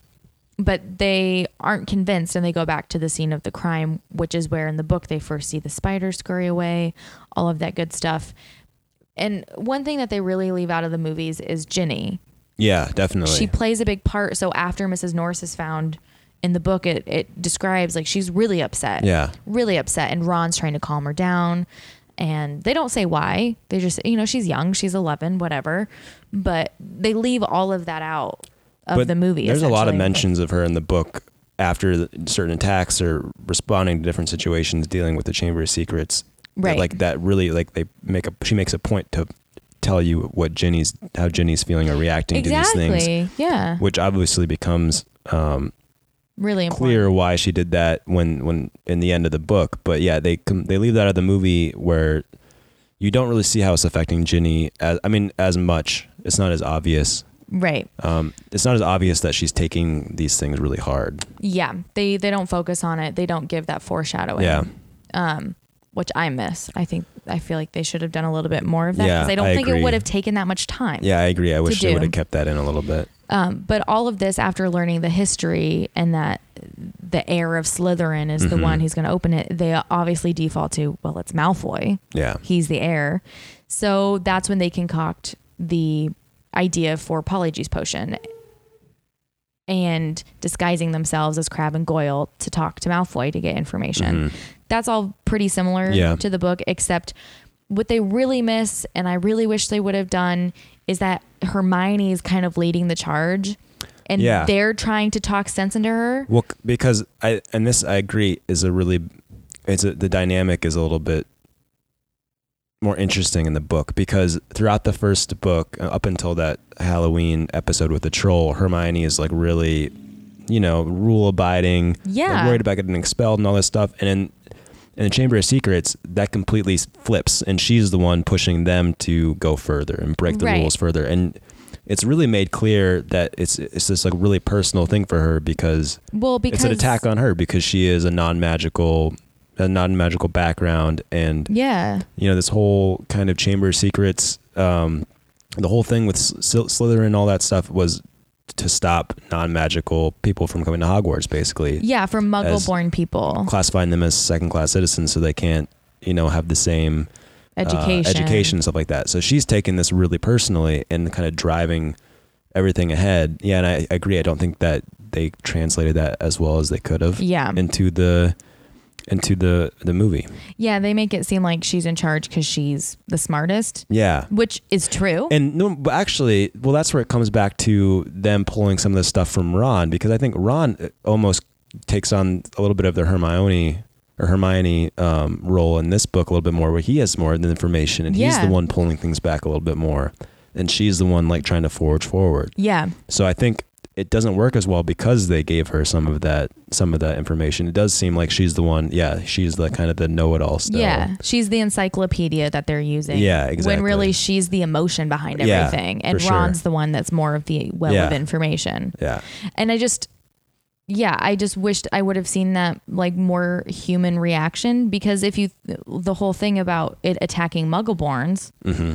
Speaker 1: but they aren't convinced and they go back to the scene of the crime which is where in the book they first see the spider scurry away all of that good stuff and one thing that they really leave out of the movies is ginny
Speaker 2: Oh, Yeah, definitely.
Speaker 1: she plays a big part so after mrs norris is found in the book it, it describes like she's really upset
Speaker 2: yeah,
Speaker 1: really upset and Ron's trying to calm her down and they don't say why. They just you know she's young, she's 11, whatever, but they leave all of that out of the movie.
Speaker 2: There's a lot of
Speaker 1: essentially.
Speaker 2: mentions of her in the book after the, certain attacks or responding to different situations, dealing with the Chamber of Secrets. that,
Speaker 1: Right.
Speaker 2: Like that really like they make a she makes a point to tell you what Jenny's how Jenny's feeling or reacting
Speaker 1: Exactly.
Speaker 2: to these things,
Speaker 1: yeah.
Speaker 2: which obviously becomes um,
Speaker 1: Really important.
Speaker 2: clear why she did that when when in the end of the book. But yeah, they com- they leave that out of the movie where you don't really see how it's affecting Ginny. As, I mean, as much. It's not as obvious
Speaker 1: Right.
Speaker 2: um, it's not as obvious that she's taking these things really hard.
Speaker 1: Yeah. They they don't focus on it. They don't give that foreshadowing.
Speaker 2: Yeah.
Speaker 1: Um which I miss. I think I feel like they should have done a little bit more of that
Speaker 2: Yeah,
Speaker 1: I don't
Speaker 2: I
Speaker 1: think it
Speaker 2: agree.
Speaker 1: would have taken that much time.
Speaker 2: Yeah, I agree. I wish they
Speaker 1: do.
Speaker 2: would have kept that in a little bit.
Speaker 1: Um, but all of this after learning the history and that the heir of Slytherin is the
Speaker 2: Mhm.
Speaker 1: one who's going to open it, they obviously default to, well, it's Malfoy.
Speaker 2: Yeah.
Speaker 1: He's the heir. So that's when they concoct the idea for Polyjuice Potion and disguising themselves as Crab and Goyle to talk to Malfoy to get information
Speaker 2: Mhm.
Speaker 1: that's all pretty similar
Speaker 2: Yeah.
Speaker 1: to the book, except what they really miss, and I really wish they would have done, is that Hermione is kind of leading the charge, and
Speaker 2: Yeah.
Speaker 1: they're trying to talk sense into her.
Speaker 2: Well, c- because I and this I agree is a really it's a, the dynamic is a little bit more interesting in the book because throughout the first book uh, up until that Halloween episode with the troll, Hermione is like really you know, rule abiding,
Speaker 1: Yeah.
Speaker 2: like worried about getting expelled and all this stuff. And in, in the Chamber of Secrets, that completely s- flips, and she's the one pushing them to go further and break the
Speaker 1: Right.
Speaker 2: rules further. And it's really made clear that it's it's this like really personal thing for her because,
Speaker 1: Well, because
Speaker 2: it's an attack on her because she is a non magical, a non magical background, and
Speaker 1: Yeah,
Speaker 2: you know this whole kind of chamber of secrets um the whole thing with S- Sil- slytherin and all that stuff was to stop non-magical people from coming to hogwarts basically
Speaker 1: yeah, for Muggle-born people,
Speaker 2: classifying them as second class citizens so they can't you know have the same uh,
Speaker 1: education,
Speaker 2: education stuff like that so she's taking this really personally and kind of driving everything ahead yeah and i, I agree i don't think that they translated that as well as they could have
Speaker 1: Yeah,
Speaker 2: into the into the the movie
Speaker 1: yeah, they make it seem like she's in charge because she's the smartest,
Speaker 2: yeah
Speaker 1: which is true.
Speaker 2: And no, but actually, well, that's where it comes back to them pulling some of uh, this stuff from Ron because I think Ron almost takes on a little bit of the Hermione or Hermione um, role in this book a little bit more, where he has more of the information and he's
Speaker 1: Yeah.
Speaker 2: the one pulling things back a little bit more, and she's the one like trying to forge forward.
Speaker 1: Yeah.
Speaker 2: So I think it doesn't work as well because they gave her some of that some of that information. It does seem like she's the one. Yeah, she's the kind of the know-it-all still.
Speaker 1: Yeah. She's the encyclopedia that they're using.
Speaker 2: Yeah,
Speaker 1: When
Speaker 2: exactly.
Speaker 1: really she's the emotion behind
Speaker 2: Yeah,
Speaker 1: everything. And
Speaker 2: for sure.
Speaker 1: Ron's the one that's more of the well
Speaker 2: Yeah.
Speaker 1: of information.
Speaker 2: Yeah.
Speaker 1: And I just yeah, I just wished I would have seen that like more human reaction because if you the whole thing about it attacking muggleborns,
Speaker 2: hmm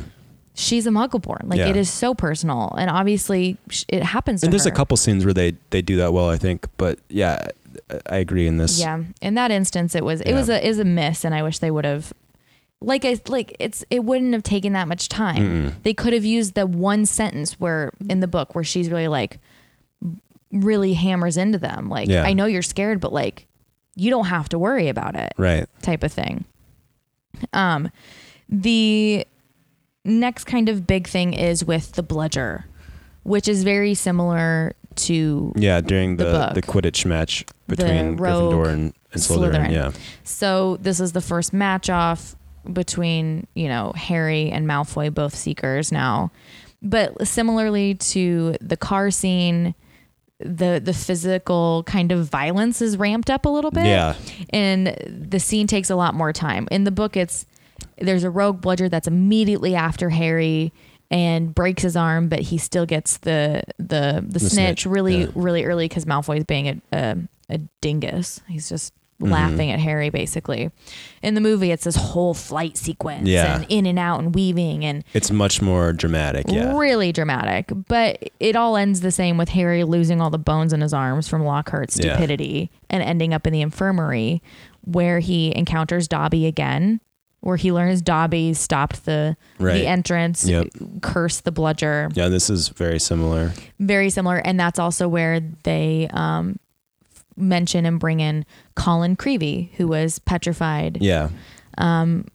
Speaker 1: she's a muggleborn. Like
Speaker 2: Yeah.
Speaker 1: it is so personal and obviously sh- it happens to
Speaker 2: And there's a
Speaker 1: her.
Speaker 2: couple scenes where they they do that well, I think. But yeah, I agree in this.
Speaker 1: Yeah, in that instance, it was it was
Speaker 2: Yeah.
Speaker 1: a is a miss, and I wish they would have. Like I like it's it wouldn't have taken that much time. They could have used the one sentence where in the book where she's really like really hammers into them like
Speaker 2: Yeah.
Speaker 1: I know you're scared but like you don't have to worry about it
Speaker 2: Right.
Speaker 1: type of thing. Um the next kind of big thing is with the bludger which is very similar to
Speaker 2: Yeah, during
Speaker 1: The
Speaker 2: the
Speaker 1: book.
Speaker 2: the, Quidditch match
Speaker 1: The
Speaker 2: between
Speaker 1: rogue
Speaker 2: Gryffindor and, and Slytherin.
Speaker 1: Slytherin.
Speaker 2: Yeah.
Speaker 1: So this is the first match off between, you know, Harry and Malfoy, both seekers now. But similarly to the car scene, the the physical kind of violence is ramped up a little bit.
Speaker 2: Yeah.
Speaker 1: And the scene takes a lot more time. In the book it's there's a rogue bludger that's immediately after Harry and breaks his arm, but he still gets the the the, snitch,
Speaker 2: snitch,
Speaker 1: really
Speaker 2: yeah.
Speaker 1: really early because Malfoy's being a, a a dingus. He's just laughing at Harry basically. In the movie, it's this whole flight sequence
Speaker 2: Yeah.
Speaker 1: and in and out and weaving and
Speaker 2: It's much more dramatic. Yeah.
Speaker 1: really dramatic. But it all ends the same with Harry losing all the bones in his arms from Lockhart's
Speaker 2: Yeah.
Speaker 1: stupidity and ending up in the infirmary where he encounters Dobby again, where he learns Dobby stopped the
Speaker 2: Right.
Speaker 1: the entrance,
Speaker 2: Yep.
Speaker 1: cursed the bludger.
Speaker 2: Yeah, this is very similar.
Speaker 1: Very similar. And that's also where they um mention and bring in Colin Creevy, who was petrified
Speaker 2: Yeah.
Speaker 1: um,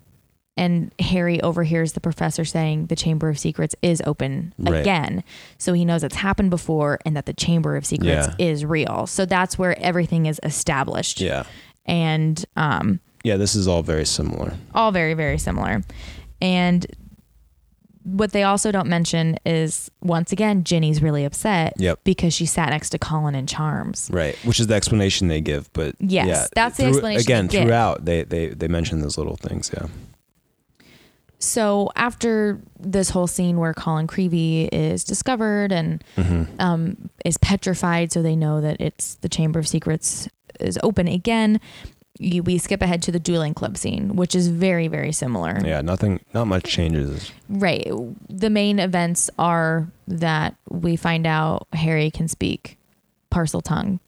Speaker 1: and Harry overhears the professor saying the Chamber of Secrets is open
Speaker 2: Right.
Speaker 1: again. So he knows it's happened before and that the Chamber of Secrets
Speaker 2: Yeah.
Speaker 1: is real. So that's where everything is established.
Speaker 2: Yeah.
Speaker 1: And um,
Speaker 2: Yeah, this is all very similar.
Speaker 1: all very, very similar. And what they also don't mention is once again, Ginny's really upset
Speaker 2: Yep.
Speaker 1: because she sat next to Colin and Charms.
Speaker 2: Right. Which is the explanation they give, but
Speaker 1: Yes,
Speaker 2: yeah,
Speaker 1: that's the explanation
Speaker 2: Again,
Speaker 1: they give.
Speaker 2: throughout they, they they mention those little things, yeah.
Speaker 1: So after this whole scene where Colin Creevy is discovered and
Speaker 2: Mm-hmm.
Speaker 1: um, is petrified, so they know that it's the Chamber of Secrets is open again. You, we skip ahead to the dueling club scene, which is very, very similar.
Speaker 2: Yeah, nothing not much changes.
Speaker 1: Right. The main events are that we find out Harry can speak parcel tongue,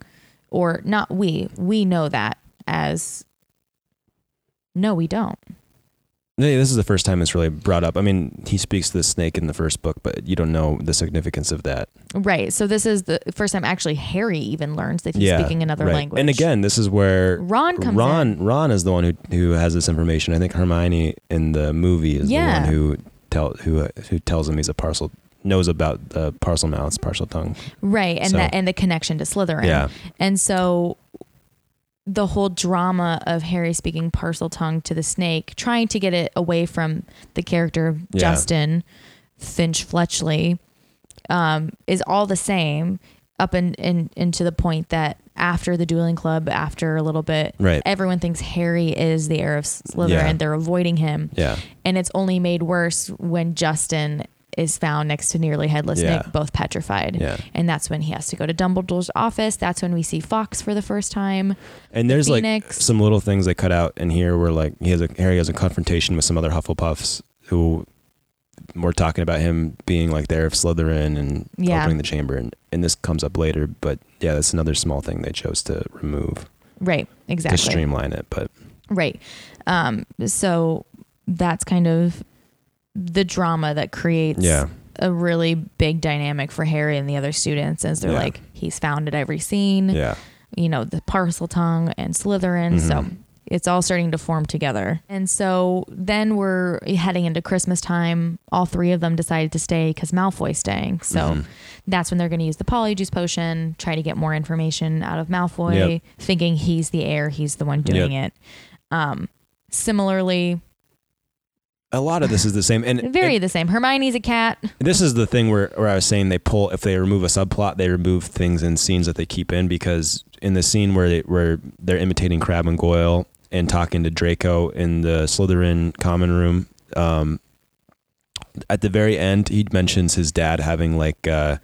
Speaker 1: or not we. We know that as. No, we don't.
Speaker 2: Yeah, this is the first time it's really brought up. I mean, he speaks to the snake in the first book, but you don't know the significance of that.
Speaker 1: Right. So this is the first time actually Harry even learns that he's
Speaker 2: yeah,
Speaker 1: speaking another
Speaker 2: right.
Speaker 1: language.
Speaker 2: And again, this is where
Speaker 1: Ron comes
Speaker 2: Ron Ron is the one who who has this information. I think Hermione in the movie is
Speaker 1: Yeah.
Speaker 2: the one who tell who who tells him he's a parcel knows about the parcel mouths, parcel tongue.
Speaker 1: in. Right. And
Speaker 2: So-
Speaker 1: that and the connection to Slytherin.
Speaker 2: Yeah.
Speaker 1: And so the whole drama of Harry speaking parcel tongue to the snake, trying to get it away from the character of
Speaker 2: Yeah.
Speaker 1: Justin Finch Fletchley, um, is all the same up and in, in, into the point that after the dueling club, after a little bit,
Speaker 2: Right.
Speaker 1: everyone thinks Harry is the heir of Slytherin.
Speaker 2: Yeah.
Speaker 1: They're avoiding him.
Speaker 2: Yeah.
Speaker 1: and it's only made worse when Justin is found next to nearly headless
Speaker 2: Yeah.
Speaker 1: Nick, both petrified.
Speaker 2: Yeah.
Speaker 1: And that's when he has to go to Dumbledore's office. That's when we see Fox for the first time.
Speaker 2: And there's like
Speaker 1: Phoenix.
Speaker 2: some little things they cut out in here where like he has a Harry has a confrontation with some other Hufflepuffs who were talking about him being like there of Slytherin and
Speaker 1: Yeah.
Speaker 2: opening the chamber and, and this comes up later, but yeah, that's another small thing they chose to remove
Speaker 1: Right. Exactly.
Speaker 2: to streamline it. But
Speaker 1: Right. Um, so that's kind of the drama that creates
Speaker 2: yeah.
Speaker 1: a really big dynamic for Harry and the other students as they're
Speaker 2: Yeah.
Speaker 1: like, he's found at every scene.
Speaker 2: Yeah. Mm-hmm.
Speaker 1: you know, the parcel tongue and Slytherin. So It's all starting to form together. And so then we're heading into Christmas time. All three of them decided to stay because Malfoy's staying. So
Speaker 2: Mm-hmm.
Speaker 1: that's when they're going to use the polyjuice potion, try to get more information out of Malfoy,
Speaker 2: Yep.
Speaker 1: thinking he's the heir, he's the one doing it. Um, similarly,
Speaker 2: A lot of this is the same, and
Speaker 1: very the same. Hermione's a cat.
Speaker 2: This is the thing where, where I was saying they pull if they remove a subplot, they remove things in scenes that they keep in because in the scene where they, where they're imitating Crab and Goyle and talking to Draco in the Slytherin common room, um, at the very end he mentions his dad having like uh,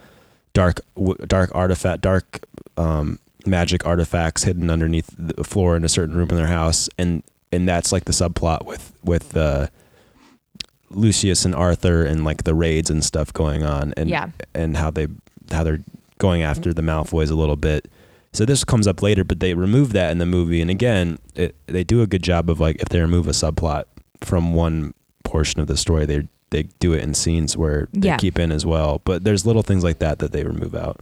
Speaker 2: dark w- dark artifact dark um, magic artifacts hidden underneath the floor in a certain room in their house, and and that's like the subplot with with uh, Lucius and Arthur and like the raids and stuff going on and
Speaker 1: yeah.
Speaker 2: and how they how they're going after the Malfoys a little bit. So this comes up later, but they remove that in the movie, and again, it, they do a good job of like if they remove a subplot from one portion of the story, they they do it in scenes where they
Speaker 1: Yeah.
Speaker 2: keep in as well. But there's little things like that that they remove out.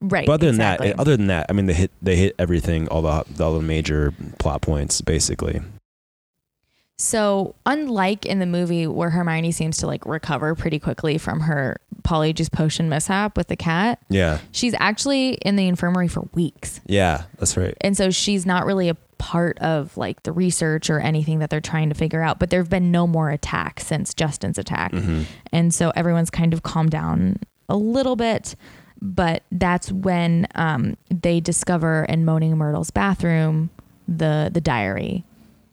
Speaker 1: Right.
Speaker 2: But other than
Speaker 1: exactly.
Speaker 2: that, other than that, I mean, they hit they hit everything, all the all the major plot points basically.
Speaker 1: So, unlike in the movie where Hermione seems to like recover pretty quickly from her polyjuice potion mishap with the cat,
Speaker 2: Yeah,
Speaker 1: she's actually in the infirmary for weeks.
Speaker 2: yeah, that's right.
Speaker 1: And so she's not really a part of like the research or anything that they're trying to figure out, but there've been no more attacks since Justin's attack.
Speaker 2: hmm
Speaker 1: And so everyone's kind of calmed down a little bit. But that's when um, they discover in Moaning Myrtle's bathroom the the diary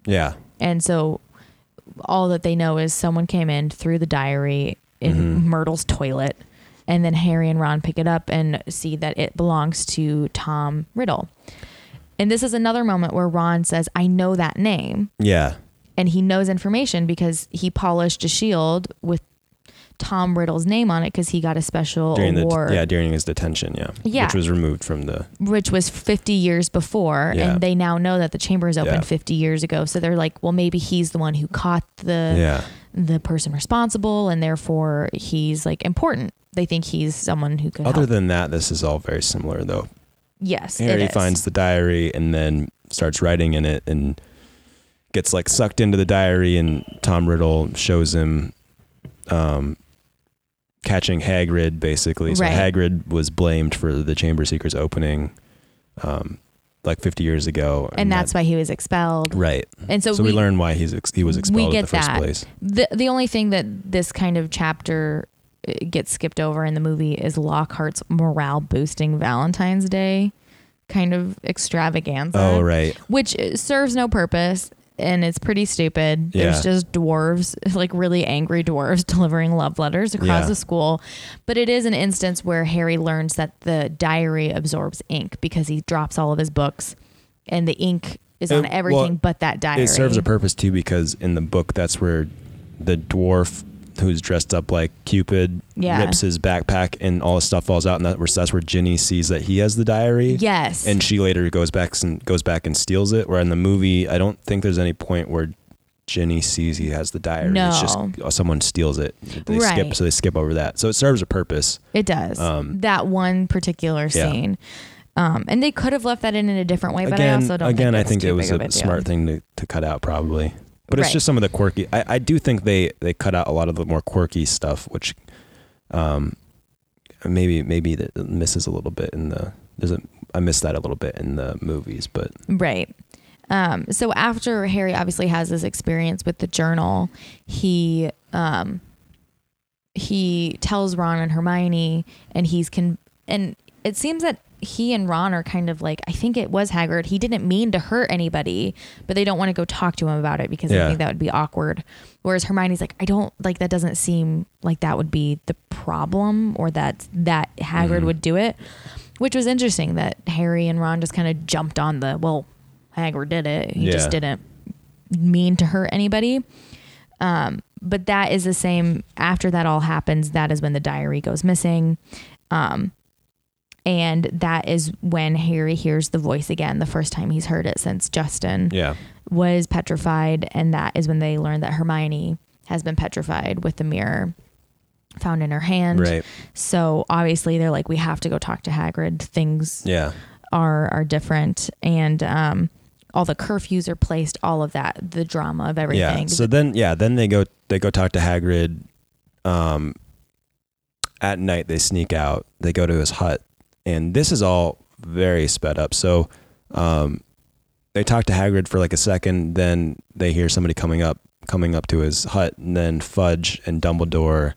Speaker 2: Yeah,
Speaker 1: and so all that they know is someone came in, threw the diary in
Speaker 2: Mhm.
Speaker 1: Myrtle's toilet, and then Harry and Ron pick it up and see that it belongs to Tom Riddle. And this is another moment where Ron says, I know that name.
Speaker 2: yeah.
Speaker 1: And he knows information because he polished a shield with Tom Riddle's name on it because he got a special
Speaker 2: during the
Speaker 1: award,
Speaker 2: yeah during his detention yeah
Speaker 1: Yeah.
Speaker 2: which was removed from the
Speaker 1: which was 50 years before.
Speaker 2: Yeah.
Speaker 1: And they now know that the chamber is open
Speaker 2: Yeah.
Speaker 1: 50 years ago. So they're like, well, maybe he's the one who caught the
Speaker 2: yeah
Speaker 1: the person responsible and therefore he's like important. They think he's someone who could
Speaker 2: other
Speaker 1: help.
Speaker 2: than that this is all very similar though
Speaker 1: yes, it
Speaker 2: harry
Speaker 1: is.
Speaker 2: finds the diary and then starts writing in it and gets like sucked into the diary and tom riddle shows him um catching hagrid basically so
Speaker 1: Right.
Speaker 2: hagrid was blamed for the chamber seekers opening um like 50 years ago
Speaker 1: and that's why he was expelled.
Speaker 2: that- right
Speaker 1: And so,
Speaker 2: so, we,
Speaker 1: we,
Speaker 2: learn why he's ex- he was
Speaker 1: we
Speaker 2: expelled in
Speaker 1: get
Speaker 2: the first
Speaker 1: that.
Speaker 2: place
Speaker 1: the the only thing that this kind of chapter uh, gets skipped over in the movie is Lockhart's morale boosting Valentine's Day kind of extravaganza,
Speaker 2: oh right
Speaker 1: which uh, serves no purpose. And it's pretty stupid. It was
Speaker 2: Yeah.
Speaker 1: just dwarves, like really angry dwarves, delivering love letters across
Speaker 2: Yeah.
Speaker 1: the school. But it is an instance where Harry learns that the diary absorbs ink because he drops all of his books, and the ink is on
Speaker 2: It- Uh, well,
Speaker 1: everything but that diary.
Speaker 2: It serves a purpose too because in the book, that's where the dwarf who's dressed up like Cupid
Speaker 1: Yeah.
Speaker 2: rips his backpack and all his stuff falls out, and that, that's where Ginny sees that he has the diary.
Speaker 1: Yes.
Speaker 2: And she later goes back and goes back and steals it. Where in the movie, I don't think there's any point where Ginny sees he has the diary. It's just
Speaker 1: No.
Speaker 2: uh, someone steals it. They skip
Speaker 1: Right.
Speaker 2: so they skip over that. So it serves a purpose.
Speaker 1: It does.
Speaker 2: Um,
Speaker 1: that one particular
Speaker 2: Yeah.
Speaker 1: scene. Um, and they could have left that in in a different way, but I
Speaker 2: again,
Speaker 1: also don't
Speaker 2: again,
Speaker 1: think
Speaker 2: I think
Speaker 1: that's
Speaker 2: it
Speaker 1: too
Speaker 2: was
Speaker 1: big
Speaker 2: a,
Speaker 1: of deal.
Speaker 2: smart thing to, to cut out, probably. But it's
Speaker 1: Right.
Speaker 2: just some of the quirky. I, I do think they they cut out a lot of the more quirky stuff, which, um, maybe maybe that misses a little bit in the. There's a I missed that a little bit in the movies, but
Speaker 1: Right. Um, so after Harry obviously has this experience with the journal, he um, he tells Ron and Hermione, and he's con- and it seems that he and Ron are kind of like I think it was Hagrid. He didn't mean to hurt anybody, but they don't want to go talk to him about it because they
Speaker 2: Yeah.
Speaker 1: think that would be awkward. Whereas Hermione's like, I don't like that. Doesn't seem like that would be the problem, or that that Hagrid
Speaker 2: Mhm.
Speaker 1: would do it which was interesting that Harry and Ron just kind of jumped on the well, Hagrid did it. He just
Speaker 2: Yeah.
Speaker 1: didn't mean to hurt anybody. Um, but that is the same. After that all happens, that is when the diary goes missing, um, and that is when Harry hears the voice again. The first time he's heard it since Justin
Speaker 2: yeah,
Speaker 1: was petrified, and that is when they learn that Hermione has been petrified with the mirror found in her hand.
Speaker 2: right,
Speaker 1: So obviously they're like, we have to go talk to Hagrid. Things
Speaker 2: yeah,
Speaker 1: are are different, and um, all the curfews are placed, all of that, the drama of everything.
Speaker 2: Yeah. So then, yeah, then they go they go talk to Hagrid. Um, at night they sneak out. They go to his hut, and this is all very sped up. So, um, they talk to Hagrid for like a second. Then they hear somebody coming up coming up to his hut, and then Fudge and Dumbledore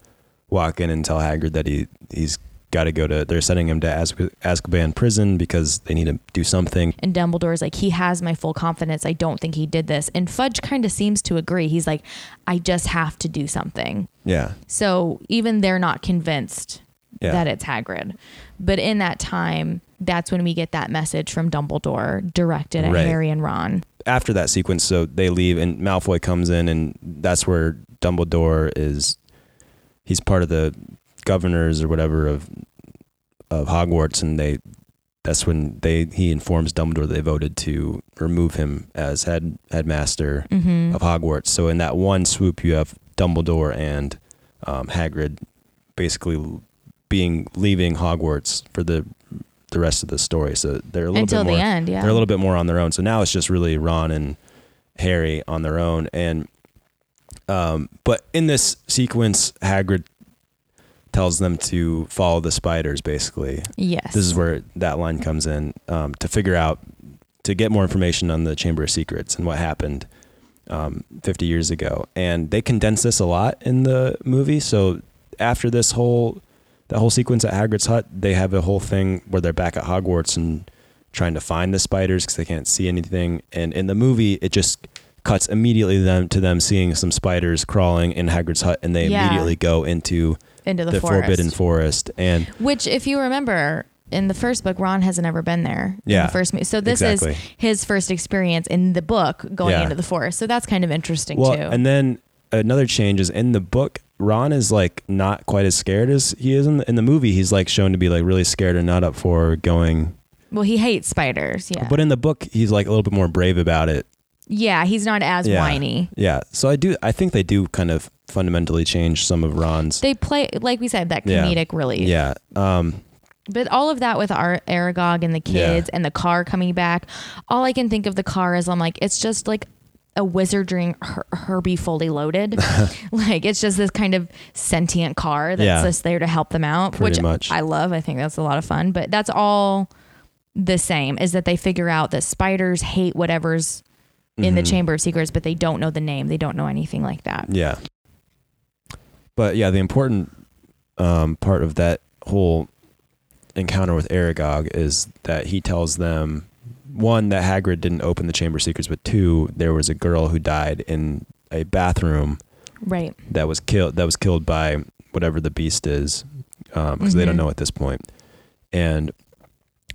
Speaker 2: walk in and tell Hagrid that he he's got to go to. They're sending him to Azk- Azkaban prison because they need to do something.
Speaker 1: and Dumbledore's like, he has my full confidence. I don't think he did this. And Fudge kind of seems to agree. He's like, I just have to do something.
Speaker 2: Yeah.
Speaker 1: So even they're not convinced
Speaker 2: Yeah.
Speaker 1: that it's Hagrid. But in that time, that's when we get that message from Dumbledore directed at
Speaker 2: Right.
Speaker 1: Harry and Ron.
Speaker 2: after that sequence, so they leave and Malfoy comes in, and that's where Dumbledore is. He's part of the governors or whatever of of Hogwarts, and they that's when they he informs Dumbledore they voted to remove him as head headmaster
Speaker 1: Mm-hmm.
Speaker 2: of Hogwarts. So in that one swoop, you have Dumbledore and um, Hagrid basically being leaving Hogwarts for the the rest of the story. So they're a little
Speaker 1: Until
Speaker 2: bit more
Speaker 1: the end, yeah.
Speaker 2: they're a little bit more on their own. So now it's just really Ron and Harry on their own. And um, but in this sequence, Hagrid tells them to follow the spiders. Basically,
Speaker 1: yes.
Speaker 2: this is where that line comes in um, to figure out to get more information on the Chamber of Secrets and what happened um, 50 years ago. And they condense this a lot in the movie. So after this whole that whole sequence at Hagrid's hut, they have a whole thing where they're back at Hogwarts and trying to find the spiders because they can't see anything. And in the movie, it just cuts immediately to them to them seeing some spiders crawling in Hagrid's hut, and they
Speaker 1: Yeah.
Speaker 2: immediately go into
Speaker 1: into the,
Speaker 2: the
Speaker 1: forest.
Speaker 2: Forbidden Forest. And
Speaker 1: Which, if you remember, in the first book, Ron hasn't ever been there. in
Speaker 2: Yeah,
Speaker 1: the first, mo- so this
Speaker 2: exactly.
Speaker 1: is his first experience in the book going
Speaker 2: Yeah.
Speaker 1: into the forest. So that's kind of interesting
Speaker 2: Well,
Speaker 1: too.
Speaker 2: and then another change is in the book, Ron is like not quite as scared as he is in the, in the movie. He's like shown to be like really scared and not up for going.
Speaker 1: well, he hates spiders. Yeah.
Speaker 2: But in the book, he's like a little bit more brave about it.
Speaker 1: yeah, he's not as
Speaker 2: Yeah.
Speaker 1: whiny.
Speaker 2: Yeah. So I do. I think they do kind of fundamentally change some of Ron's.
Speaker 1: They play, like we said, that
Speaker 2: Yeah.
Speaker 1: comedic relief.
Speaker 2: yeah. Um.
Speaker 1: But all of that with our Aragog and the
Speaker 2: Yeah.
Speaker 1: kids and the car coming back, all I can think of the car is I'm like, it's just like a wizarding Her- Herbie fully loaded. like it's just this kind of sentient car that's
Speaker 2: Yeah.
Speaker 1: just there to help them out,
Speaker 2: Pretty
Speaker 1: which
Speaker 2: much.
Speaker 1: I love. I think that's a lot of fun. But that's all the same is that they figure out that spiders hate whatever's in the
Speaker 2: mhm.
Speaker 1: Chamber of Secrets, but they don't know the name. They don't know anything like that.
Speaker 2: Yeah. But yeah, the important um, part of that whole encounter with Aragog is that he tells them one that Hagrid didn't open the chamber secrets, but two there was a girl who died in a bathroom
Speaker 1: Right.
Speaker 2: that was killed that was killed by whatever the beast is because they don't
Speaker 1: Mhm.
Speaker 2: know at this point and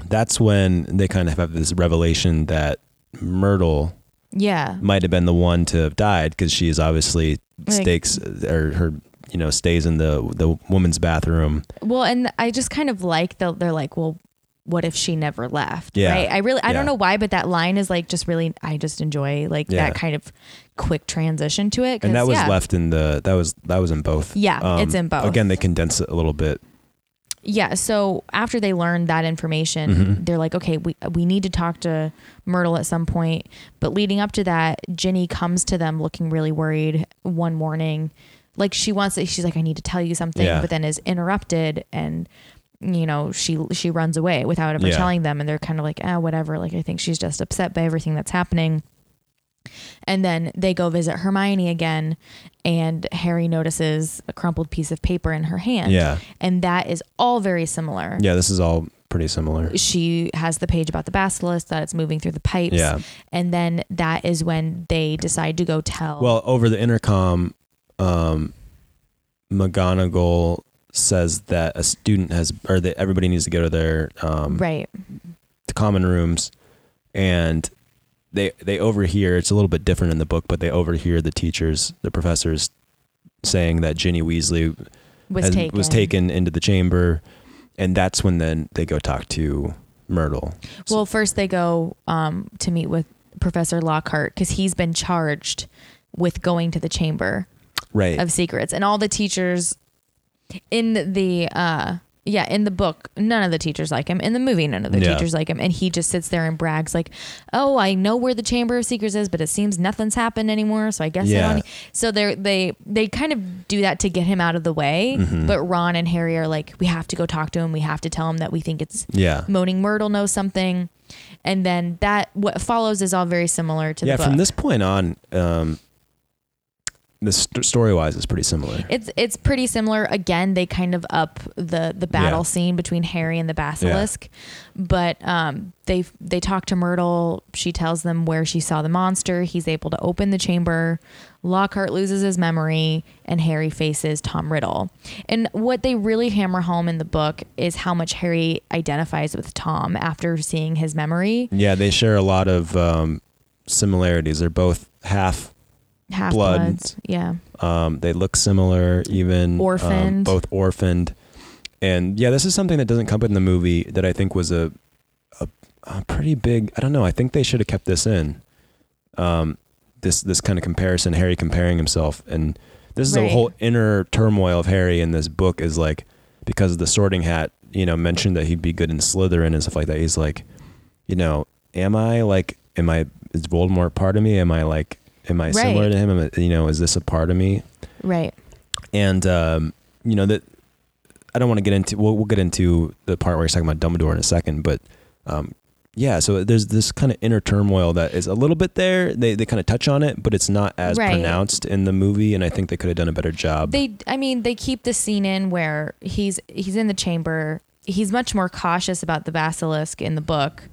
Speaker 2: that's when they kind of have this revelation that myrtle
Speaker 1: Yeah.
Speaker 2: might have been the one to have died because she is obviously
Speaker 1: Like-
Speaker 2: stakes or her you know stays in the the woman's bathroom
Speaker 1: Well, and I just kind of like the they're like, well, what if she never left?
Speaker 2: Yeah.
Speaker 1: Right. I really I don't
Speaker 2: Yeah.
Speaker 1: know why, but that line is like just really I just enjoy like
Speaker 2: Yeah.
Speaker 1: that kind of quick transition to it. 'cause,
Speaker 2: and that was
Speaker 1: yeah,
Speaker 2: left in the that was that was in both
Speaker 1: Yeah, it's in both.
Speaker 2: again they condense it a little bit
Speaker 1: Yeah. So after they learned that information,
Speaker 2: Mm-hmm.
Speaker 1: they're like, okay, we we need to talk to Myrtle at some point. But leading up to that, Ginny comes to them looking really worried one morning. Like she wants to, she's like, I need to tell you something,
Speaker 2: Yeah.
Speaker 1: but then is interrupted and you know, she she runs away without ever
Speaker 2: Yeah.
Speaker 1: telling them and they're kind of like, ah, whatever. Like I think she's just upset by everything that's happening. And then they go visit Hermione again and Harry notices a crumpled piece of paper in her hand
Speaker 2: yeah
Speaker 1: and that is all very similar.
Speaker 2: yeah this is all pretty similar
Speaker 1: She has the page about the basilisk that it's moving through the pipes,
Speaker 2: yeah
Speaker 1: and then that is when they decide to go tell.
Speaker 2: well over the intercom um McGonagall says that a student has or that everybody needs to go to their um
Speaker 1: right,
Speaker 2: the common rooms and they they overhear it's a little bit different in the book but they overhear the teachers the professors saying that Ginny Weasley
Speaker 1: was
Speaker 2: has-
Speaker 1: taken.
Speaker 2: was taken into the chamber and that's when then they go talk to Myrtle
Speaker 1: Well, first they go um, to meet with Professor Lockhart because he's been charged with going to the chamber
Speaker 2: right
Speaker 1: of secrets, and all the teachers in the uh, yeah, in the book, none of the teachers like him. In the movie, none of the
Speaker 2: Yeah.
Speaker 1: teachers like him. And he just sits there and brags, like, oh, I know where the Chamber of Secrets is, but it seems nothing's happened anymore. So I guess I
Speaker 2: Yeah.
Speaker 1: don't. e-" So they they they kind of do that to get him out of the way.
Speaker 2: Mm-hmm.
Speaker 1: But Ron and Harry are like, we have to go talk to him. We have to tell him that we think it's
Speaker 2: Yeah.
Speaker 1: Moaning Myrtle knows something. And then that, what follows is all very similar to
Speaker 2: yeah,
Speaker 1: the book.
Speaker 2: from this point on, um, the st- story wise is pretty similar.
Speaker 1: It's it's pretty similar. Again, they kind of up the the battle
Speaker 2: Yeah.
Speaker 1: scene between Harry and the basilisk, but um, they they talk to Myrtle. She tells them where she saw the monster. He's able to open the chamber. Lockhart loses his memory, and Harry faces Tom Riddle. And what they really hammer home in the book is how much Harry identifies with Tom after seeing his memory.
Speaker 2: yeah, they share a lot of um, similarities. They're both half.
Speaker 1: Half bloods,
Speaker 2: Bloods.
Speaker 1: yeah.
Speaker 2: Um, they look similar, even um,
Speaker 1: Orphaned.
Speaker 2: both orphaned, and yeah, this is something that doesn't come up in the movie that I think was a a, a pretty big. I don't know. I think they should have kept this in. Um, this this kind of comparison, Harry comparing himself, and this is a
Speaker 1: Right.
Speaker 2: whole inner turmoil of Harry in this book is like because of the Sorting Hat, you know, mentioned that he'd be good in Slytherin and stuff like that. He's like, you know, am I like, am I is Voldemort part of me? Am I like, am I similar
Speaker 1: Right.
Speaker 2: to him? Am I, you know, is this a part of me?
Speaker 1: Right.
Speaker 2: and um, you know that I don't want to get into. We'll, we'll get into the part where he's talking about Dumbledore in a second, but um, yeah. So there's this kind of inner turmoil that is a little bit there. They they kind of touch on it, but it's not as
Speaker 1: Right.
Speaker 2: pronounced in the movie, and I think they could have done a better job.
Speaker 1: they i mean they keep the scene in where he's he's in the chamber he's much more cautious about the basilisk in the book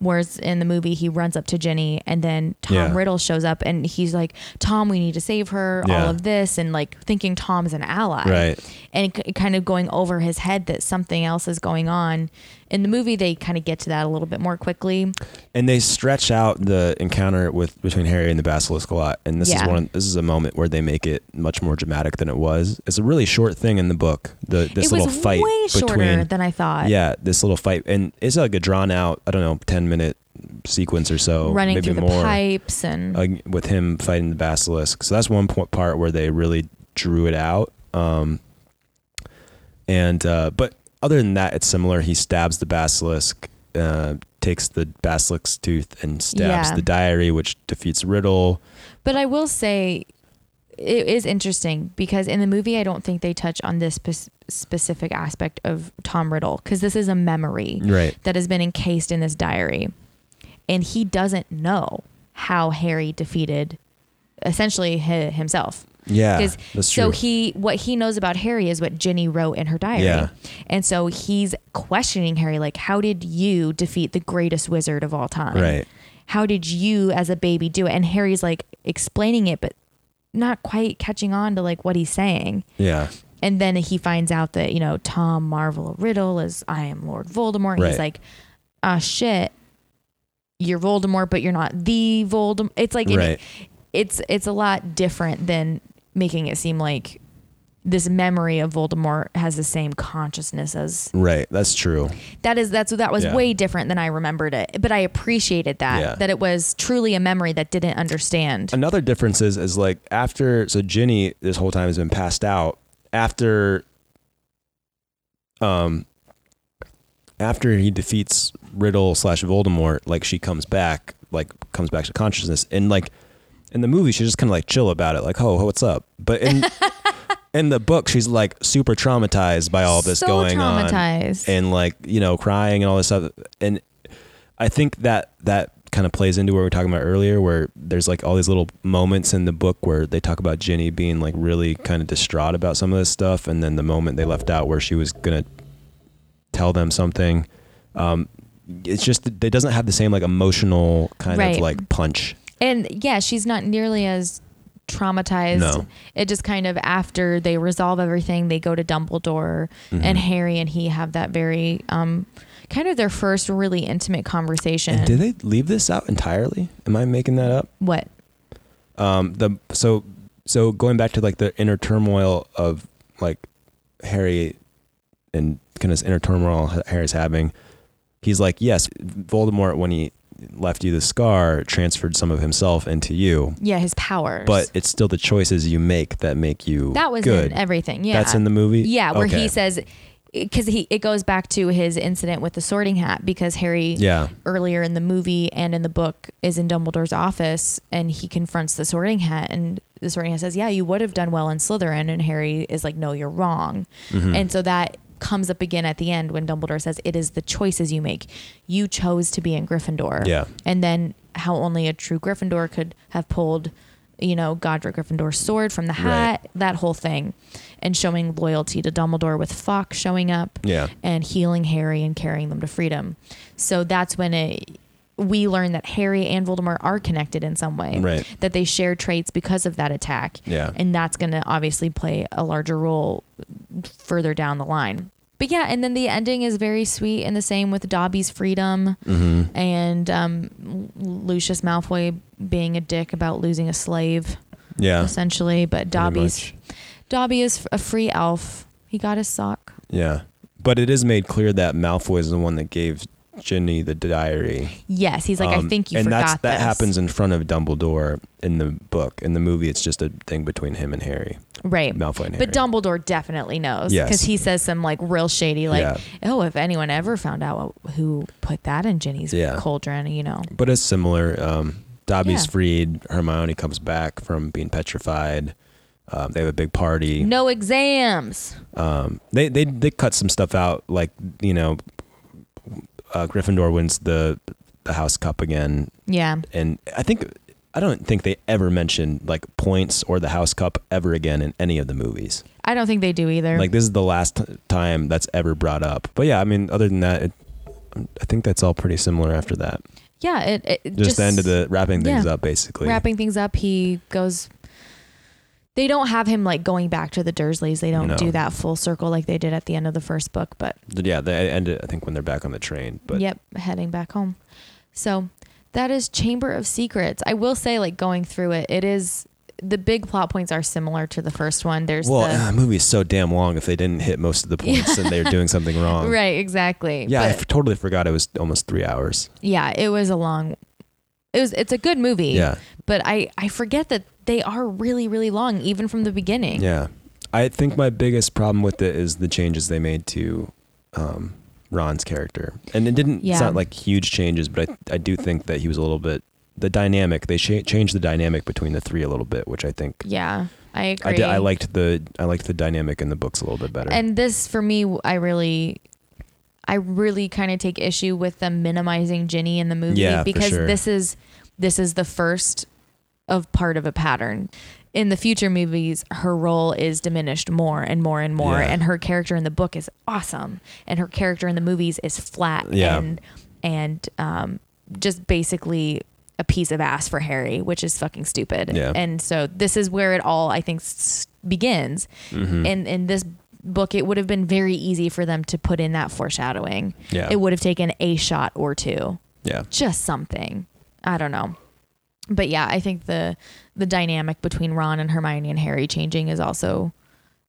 Speaker 1: whereas in the movie he runs up to jenny and then tom
Speaker 2: Yeah.
Speaker 1: riddle shows up and he's like tom we need to save her all
Speaker 2: Yeah.
Speaker 1: of this and like thinking tom's an ally
Speaker 2: right.
Speaker 1: and k- kind of going over his head that something else is going on in the movie they kind of get to that a little bit more quickly
Speaker 2: And they stretch out the encounter with between Harry and the Basilisk a lot. And this
Speaker 1: Yeah.
Speaker 2: is one. This is a moment where they make it much more dramatic than it was. It's a really short thing in the book. The this
Speaker 1: it
Speaker 2: little
Speaker 1: was
Speaker 2: fight
Speaker 1: way shorter
Speaker 2: between
Speaker 1: than i thought
Speaker 2: yeah, this little fight, and it's like a drawn out, I don't know, ten minute sequence or so,
Speaker 1: running
Speaker 2: maybe
Speaker 1: through the
Speaker 2: more,
Speaker 1: pipes and
Speaker 2: uh, with him fighting the basilisk. So that's one po- part where they really drew it out. Um, and uh, but other than that, it's similar. He stabs the basilisk, uh, takes the basilisk's tooth, and stabs
Speaker 1: Yeah.
Speaker 2: the diary, which defeats Riddle.
Speaker 1: But I will say it is interesting because in the movie, I don't think they touch on this spe- specific aspect of Tom Riddle because this is a memory
Speaker 2: Right.
Speaker 1: that has been encased in this diary. And he doesn't know how Harry defeated essentially hi- himself.
Speaker 2: Yeah,
Speaker 1: 'Cause-
Speaker 2: that's
Speaker 1: so
Speaker 2: true.
Speaker 1: he what he knows about Harry is what Ginny wrote in her diary.
Speaker 2: Yeah.
Speaker 1: And so he's questioning Harry like how did you defeat the greatest wizard of all time?
Speaker 2: right.
Speaker 1: how did you as a baby do it and harry's like explaining it but not quite catching on to like what he's saying
Speaker 2: Yeah.
Speaker 1: and then he finds out that you know tom marvel riddle is i am lord voldemort he's
Speaker 2: Right.
Speaker 1: like ah shit you're voldemort but you're not the voldemort it's like and
Speaker 2: Right.
Speaker 1: it's it's a lot different than making it seem like this memory of voldemort has the same consciousness as
Speaker 2: Right. That's true.
Speaker 1: that is that's that was
Speaker 2: Yeah.
Speaker 1: way different than I remembered it. But I appreciated that
Speaker 2: Yeah.
Speaker 1: that it was truly a memory that didn't understand.
Speaker 2: Another difference is is like after so Ginny this whole time has been passed out after um after he defeats Riddle slash Voldemort, like she comes back, like comes back to consciousness. And like in the movie she's just kinda like chill about it, like, oh, what's up? But in in the book she's like super traumatized by all this
Speaker 1: so
Speaker 2: going on
Speaker 1: traumatized.
Speaker 2: and like you know crying and all this stuff and i think that that kind of plays into what we were talking about earlier where there's like all these little moments in the book where they talk about jenny being like really kind of distraught about some of this stuff and then the moment they left out where she was gonna tell them something um it's just it doesn't have the same like emotional kind
Speaker 1: Right.
Speaker 2: of like punch
Speaker 1: And, yeah, she's not nearly as traumatized.
Speaker 2: No.
Speaker 1: It just kind of after they resolve everything, they go to Dumbledore
Speaker 2: Mm-hmm.
Speaker 1: and Harry and he have that very um kind of their first really intimate conversation.
Speaker 2: and did they leave this out entirely am i making that up
Speaker 1: what?
Speaker 2: um the so so going back to like the inner turmoil of like harry and kind of this inner turmoil Ha- harry's having he's like yes voldemort when he left you the scar transferred some of himself into you
Speaker 1: Yeah, his powers.
Speaker 2: but it's still the choices you make that make you
Speaker 1: that was
Speaker 2: good
Speaker 1: in everything. Yeah.
Speaker 2: that's in the movie
Speaker 1: Yeah, where
Speaker 2: Okay.
Speaker 1: he says because he it goes back to his incident with the sorting hat because Harry
Speaker 2: Yeah.
Speaker 1: earlier in the movie and in the book is in Dumbledore's office and he confronts the sorting hat and the sorting hat says, Yeah, you would have done well in Slytherin and Harry is like, No, you're wrong.
Speaker 2: Mm-hmm. Hmm.
Speaker 1: And so that comes up again at the end when Dumbledore says, It is the choices you make. You chose to be in Gryffindor.
Speaker 2: Yeah.
Speaker 1: And then how only a true Gryffindor could have pulled, you know, Godric Gryffindor's sword from the hat, that whole thing. And showing loyalty to Dumbledore with Fox showing up
Speaker 2: Yeah.
Speaker 1: and healing Harry and carrying them to freedom. So that's when it we learn that Harry and Voldemort are connected in some way.
Speaker 2: Right.
Speaker 1: That they share traits because of that attack.
Speaker 2: Yeah.
Speaker 1: And that's going to obviously play a larger role further down the line. But yeah, and then the ending is very sweet and the same with Dobby's freedom
Speaker 2: Mm-hmm.
Speaker 1: and um, Lucius Malfoy being a dick about losing a slave
Speaker 2: Yeah.
Speaker 1: essentially, but Dobby's
Speaker 2: much.
Speaker 1: Dobby is a free elf. He got his sock.
Speaker 2: Yeah. But it is made clear that Malfoy is the one that gave Ginny the diary.
Speaker 1: Yes, he's like, I
Speaker 2: Um,
Speaker 1: think you
Speaker 2: and
Speaker 1: forgot
Speaker 2: that's, that
Speaker 1: this.
Speaker 2: happens in front of Dumbledore in the book. In the movie, it's just a thing between him and Harry,
Speaker 1: right.
Speaker 2: Malfoy and Harry.
Speaker 1: But Dumbledore definitely knows
Speaker 2: Yes.
Speaker 1: because he says some like real shady, like,
Speaker 2: Yeah.
Speaker 1: "Oh, if anyone ever found out who put that in Ginny's
Speaker 2: Yeah.
Speaker 1: cauldron, you know."
Speaker 2: But it's similar. Um, Dobby's
Speaker 1: Yeah.
Speaker 2: freed. Hermione comes back from being petrified. Um, they have a big party.
Speaker 1: No exams.
Speaker 2: Um, they they they cut some stuff out, like you know, uh, Gryffindor wins the the House Cup again,
Speaker 1: Yeah,
Speaker 2: and I think I don't think they ever mentioned like points or the House Cup ever again in any of the movies.
Speaker 1: I don't think they do either.
Speaker 2: Like this is the last t- time that's ever brought up. But yeah, I mean, other than that, it, I think that's all pretty similar after that.
Speaker 1: yeah, it, it
Speaker 2: Just, the end of the wrapping things
Speaker 1: yeah.
Speaker 2: up, basically.
Speaker 1: wrapping things up. He goes. They don't have him like going back to the Dursleys. They don't
Speaker 2: No.
Speaker 1: do that full circle like they did at the end of the first book, but
Speaker 2: yeah, they ended. I think when they're back on the train, but
Speaker 1: yep, heading back home. So that is Chamber of Secrets. I will say, like going through it, it is the big plot points are similar to the first one. There's
Speaker 2: well,
Speaker 1: the
Speaker 2: uh, the movie is so damn long. If they didn't hit most of the points, then they're doing something wrong.
Speaker 1: right, exactly.
Speaker 2: um, Yeah, I
Speaker 1: But,
Speaker 2: f- totally forgot it was almost three hours.
Speaker 1: yeah. It was a long. It was. It's a good movie.
Speaker 2: Yeah,
Speaker 1: But I I forget that they are really really long even from the beginning.
Speaker 2: yeah. I think my biggest problem with it is the changes they made to um, Ron's character, and it didn't.
Speaker 1: Yeah.
Speaker 2: It's not like huge changes, but I, I do think that he was a little bit the dynamic. They cha- changed the dynamic between the three a little bit, which I think
Speaker 1: Yeah, I agree.
Speaker 2: I did. I liked the I liked the dynamic in the books a little bit better.
Speaker 1: And this for me, I really. I really kind of take issue with them minimizing Ginny in the movie
Speaker 2: Yeah, for
Speaker 1: because
Speaker 2: sure.
Speaker 1: this is this is the first of part of a pattern. In the future movies, her role is diminished more and more and more,
Speaker 2: Yeah.
Speaker 1: and her character in the book is awesome, and her character in the movies is flat
Speaker 2: Yeah.
Speaker 1: and and um, just basically a piece of ass for Harry, which is fucking stupid.
Speaker 2: Yeah.
Speaker 1: And so this is where it all I think s- begins.
Speaker 2: Mm-hmm. Mm.
Speaker 1: And in this book, it would have been very easy for them to put in that foreshadowing.
Speaker 2: Yeah.
Speaker 1: It would have taken a shot or two,
Speaker 2: yeah,
Speaker 1: just something. I don't know. But yeah, I think the the dynamic between Ron and Hermione and Harry changing is also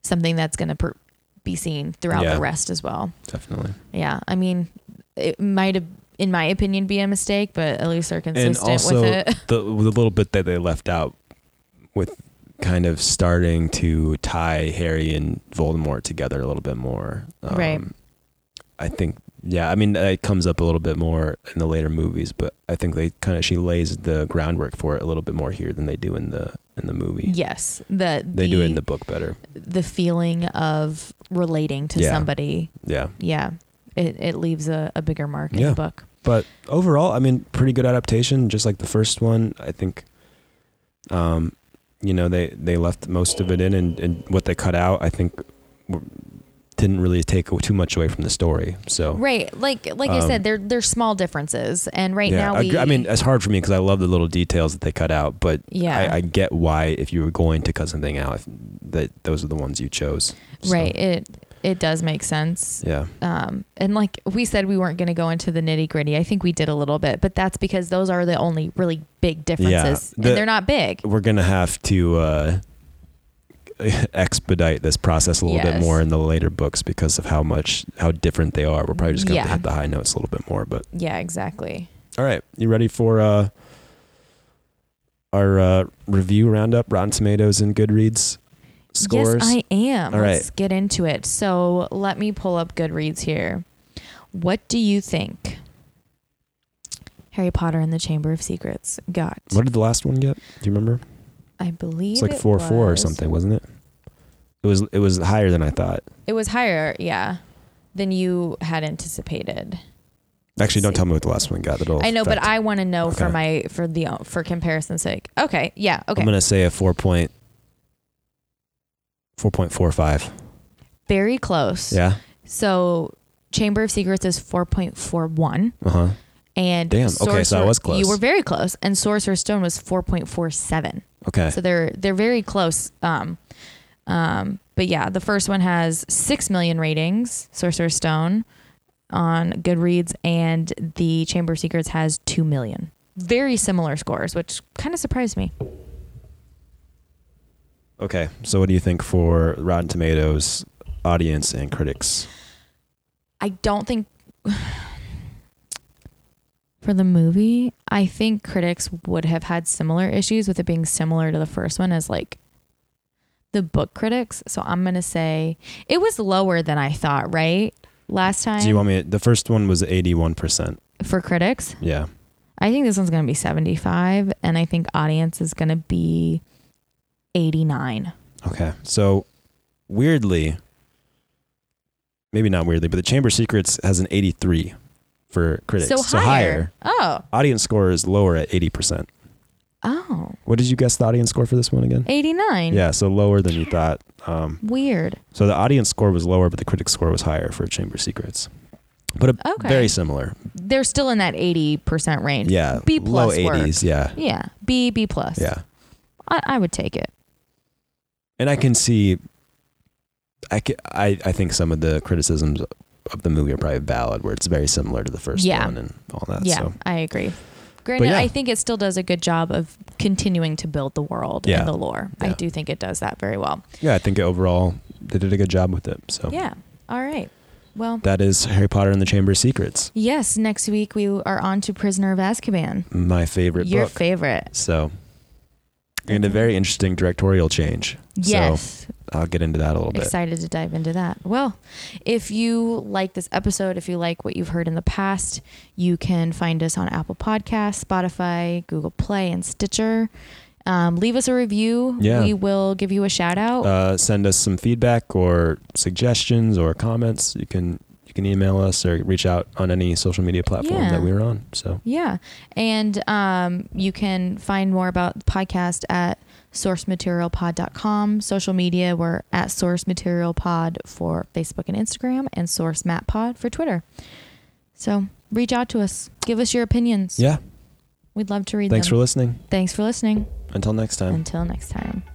Speaker 1: something that's going to per- be seen throughout
Speaker 2: Yeah.
Speaker 1: the rest as well.
Speaker 2: definitely.
Speaker 1: Yeah, I mean, it might have, in my opinion, be a mistake, but at least they're
Speaker 2: and
Speaker 1: consistent
Speaker 2: also
Speaker 1: with it.
Speaker 2: the the little bit that they left out with kind of starting to tie Harry and Voldemort together a little bit more. um,
Speaker 1: Right.
Speaker 2: I think yeah, I mean uh, it comes up a little bit more in the later movies, but I think they kind of she lays the groundwork for it a little bit more here than they do in the in the movie.
Speaker 1: Yes, the
Speaker 2: They do it in the book better.
Speaker 1: the feeling of relating to
Speaker 2: Yeah.
Speaker 1: somebody.
Speaker 2: Yeah.
Speaker 1: Yeah, it it leaves a, a bigger mark in
Speaker 2: Yeah.
Speaker 1: the book.
Speaker 2: but overall, I mean, pretty good adaptation, just like the first one. I think, um, you know, they they left most of it in, and, and what they cut out, I think, w- didn't really take too much away from the story. So
Speaker 1: Right, like like I
Speaker 2: Oh. Um,
Speaker 1: said, they're they're small differences, and right
Speaker 2: yeah,
Speaker 1: now
Speaker 2: I,
Speaker 1: we.
Speaker 2: gr- I mean, it's hard for me because I love the little details that they cut out, but
Speaker 1: yeah,
Speaker 2: I, I get why if you were going to cut something out, if that those are the ones you chose. So,
Speaker 1: right. It it does make sense.
Speaker 2: Yeah.
Speaker 1: um, and like we said, we weren't going to go into the nitty gritty. I think we did a little bit, but that's because those are the only really big differences,
Speaker 2: the-
Speaker 1: and they're not big.
Speaker 2: we're gonna have to uh, expedite this process a little bit
Speaker 1: Yes.
Speaker 2: more in the later books because of how much how different they are. We're probably just gonna have to
Speaker 1: Yeah.
Speaker 2: hit the high notes a little bit more. But
Speaker 1: Yeah, exactly.
Speaker 2: all right, you ready for uh, our uh, review roundup? Rotten Tomatoes and Goodreads.
Speaker 1: Yes,
Speaker 2: scores?
Speaker 1: I am.
Speaker 2: All right.
Speaker 1: Let's get into it. So let me pull up Goodreads here. What do you think Harry Potter and the Chamber of Secrets got?
Speaker 2: what did the last one get? Do you remember?
Speaker 1: I believe
Speaker 2: It's like
Speaker 1: it
Speaker 2: four four or
Speaker 1: was-
Speaker 2: something, wasn't it? It was it was higher than I thought.
Speaker 1: It was higher, yeah, than you had anticipated.
Speaker 2: Actually, don't
Speaker 1: see.
Speaker 2: tell me what the last one got. That'll
Speaker 1: I know, but
Speaker 2: affect-
Speaker 1: I want to know for my
Speaker 2: Okay.
Speaker 1: for the uh, for comparison's sake. Okay, yeah, okay.
Speaker 2: I'm gonna say a four point four point four five.
Speaker 1: Very close.
Speaker 2: Yeah.
Speaker 1: So Chamber of Secrets is 4.41
Speaker 2: Uh huh.
Speaker 1: and
Speaker 2: Damn, okay, so I
Speaker 1: Sorcerer-
Speaker 2: was close.
Speaker 1: You were very close and Sorcerer's Stone was 4.47.
Speaker 2: Okay.
Speaker 1: So they're they're very close um um but yeah, the first one has 6 million ratings, Sorcerer's Stone on Goodreads and the Chamber of Secrets has 2 million. Very similar scores, which kind of surprised me.
Speaker 2: Okay. So what do you think for Rotten Tomatoes audience and critics?
Speaker 1: I don't think for the movie, I think critics would have had similar issues with it being similar to the first one as like the book critics. So I'm going to say it was lower than I thought, right? Last time
Speaker 2: Do you want me? the first one was eighty one percent.
Speaker 1: for critics.
Speaker 2: Yeah.
Speaker 1: I think this one's going to be 75 and I think audience is going to be 89.
Speaker 2: Okay. So weirdly, maybe not weirdly, but the Chamber of Secrets has an eighty three for critics.
Speaker 1: So, higher. Oh.
Speaker 2: Audience score is lower at eighty percent.
Speaker 1: Oh.
Speaker 2: What did you guess the audience score for this one again?
Speaker 1: 89.
Speaker 2: Yeah, so lower than you thought. Um,
Speaker 1: Weird.
Speaker 2: so the audience score was lower, but the critic score was higher for Chamber of Secrets. But a,
Speaker 1: Okay.
Speaker 2: very similar.
Speaker 1: They're still in that 80% range.
Speaker 2: Yeah.
Speaker 1: B
Speaker 2: Low
Speaker 1: plus work.
Speaker 2: 80s. Yeah.
Speaker 1: Yeah, B B plus.
Speaker 2: Yeah.
Speaker 1: I, I would take it.
Speaker 2: And I can see, I, ca- I, I think some of the criticisms of the movie are probably valid, where it's very similar to the first
Speaker 1: Yeah.
Speaker 2: one and all that.
Speaker 1: yeah,
Speaker 2: So.
Speaker 1: I agree. Granted,
Speaker 2: yeah.
Speaker 1: I think it still does a good job of continuing to build the world
Speaker 2: Yeah.
Speaker 1: and the lore. I
Speaker 2: Yeah.
Speaker 1: do think it does that very well.
Speaker 2: Yeah, I think overall they did a good job with it. So
Speaker 1: Yeah. All right. Well,
Speaker 2: that is Harry Potter and the Chamber of Secrets,
Speaker 1: yes. Next week we are on to Prisoner of Azkaban.
Speaker 2: my favorite
Speaker 1: Your
Speaker 2: book.
Speaker 1: favorite.
Speaker 2: so, and a very interesting directorial change. So
Speaker 1: Yes.
Speaker 2: I'll get into that a little bit.
Speaker 1: Excited to dive into that. Well, if you like this episode, if you like what you've heard in the past, you can find us on Apple Podcasts, Spotify, Google Play, and Stitcher. Um, leave us a review.
Speaker 2: Yeah.
Speaker 1: We will give you a shout out.
Speaker 2: Uh, send us some feedback or suggestions or comments. You can you can email us or reach out on any social media platform
Speaker 1: Yeah.
Speaker 2: that we were on. So
Speaker 1: yeah. And um, you can find more about the podcast at sourcematerialpod.com. Social media, we're at sourcematerialpod for Facebook and Instagram and sourcemappod for Twitter. So reach out to us. Give us your opinions.
Speaker 2: yeah,
Speaker 1: We'd love to read
Speaker 2: thanks
Speaker 1: them.
Speaker 2: for listening.
Speaker 1: Thanks for listening.
Speaker 2: Until next time.
Speaker 1: Until next time.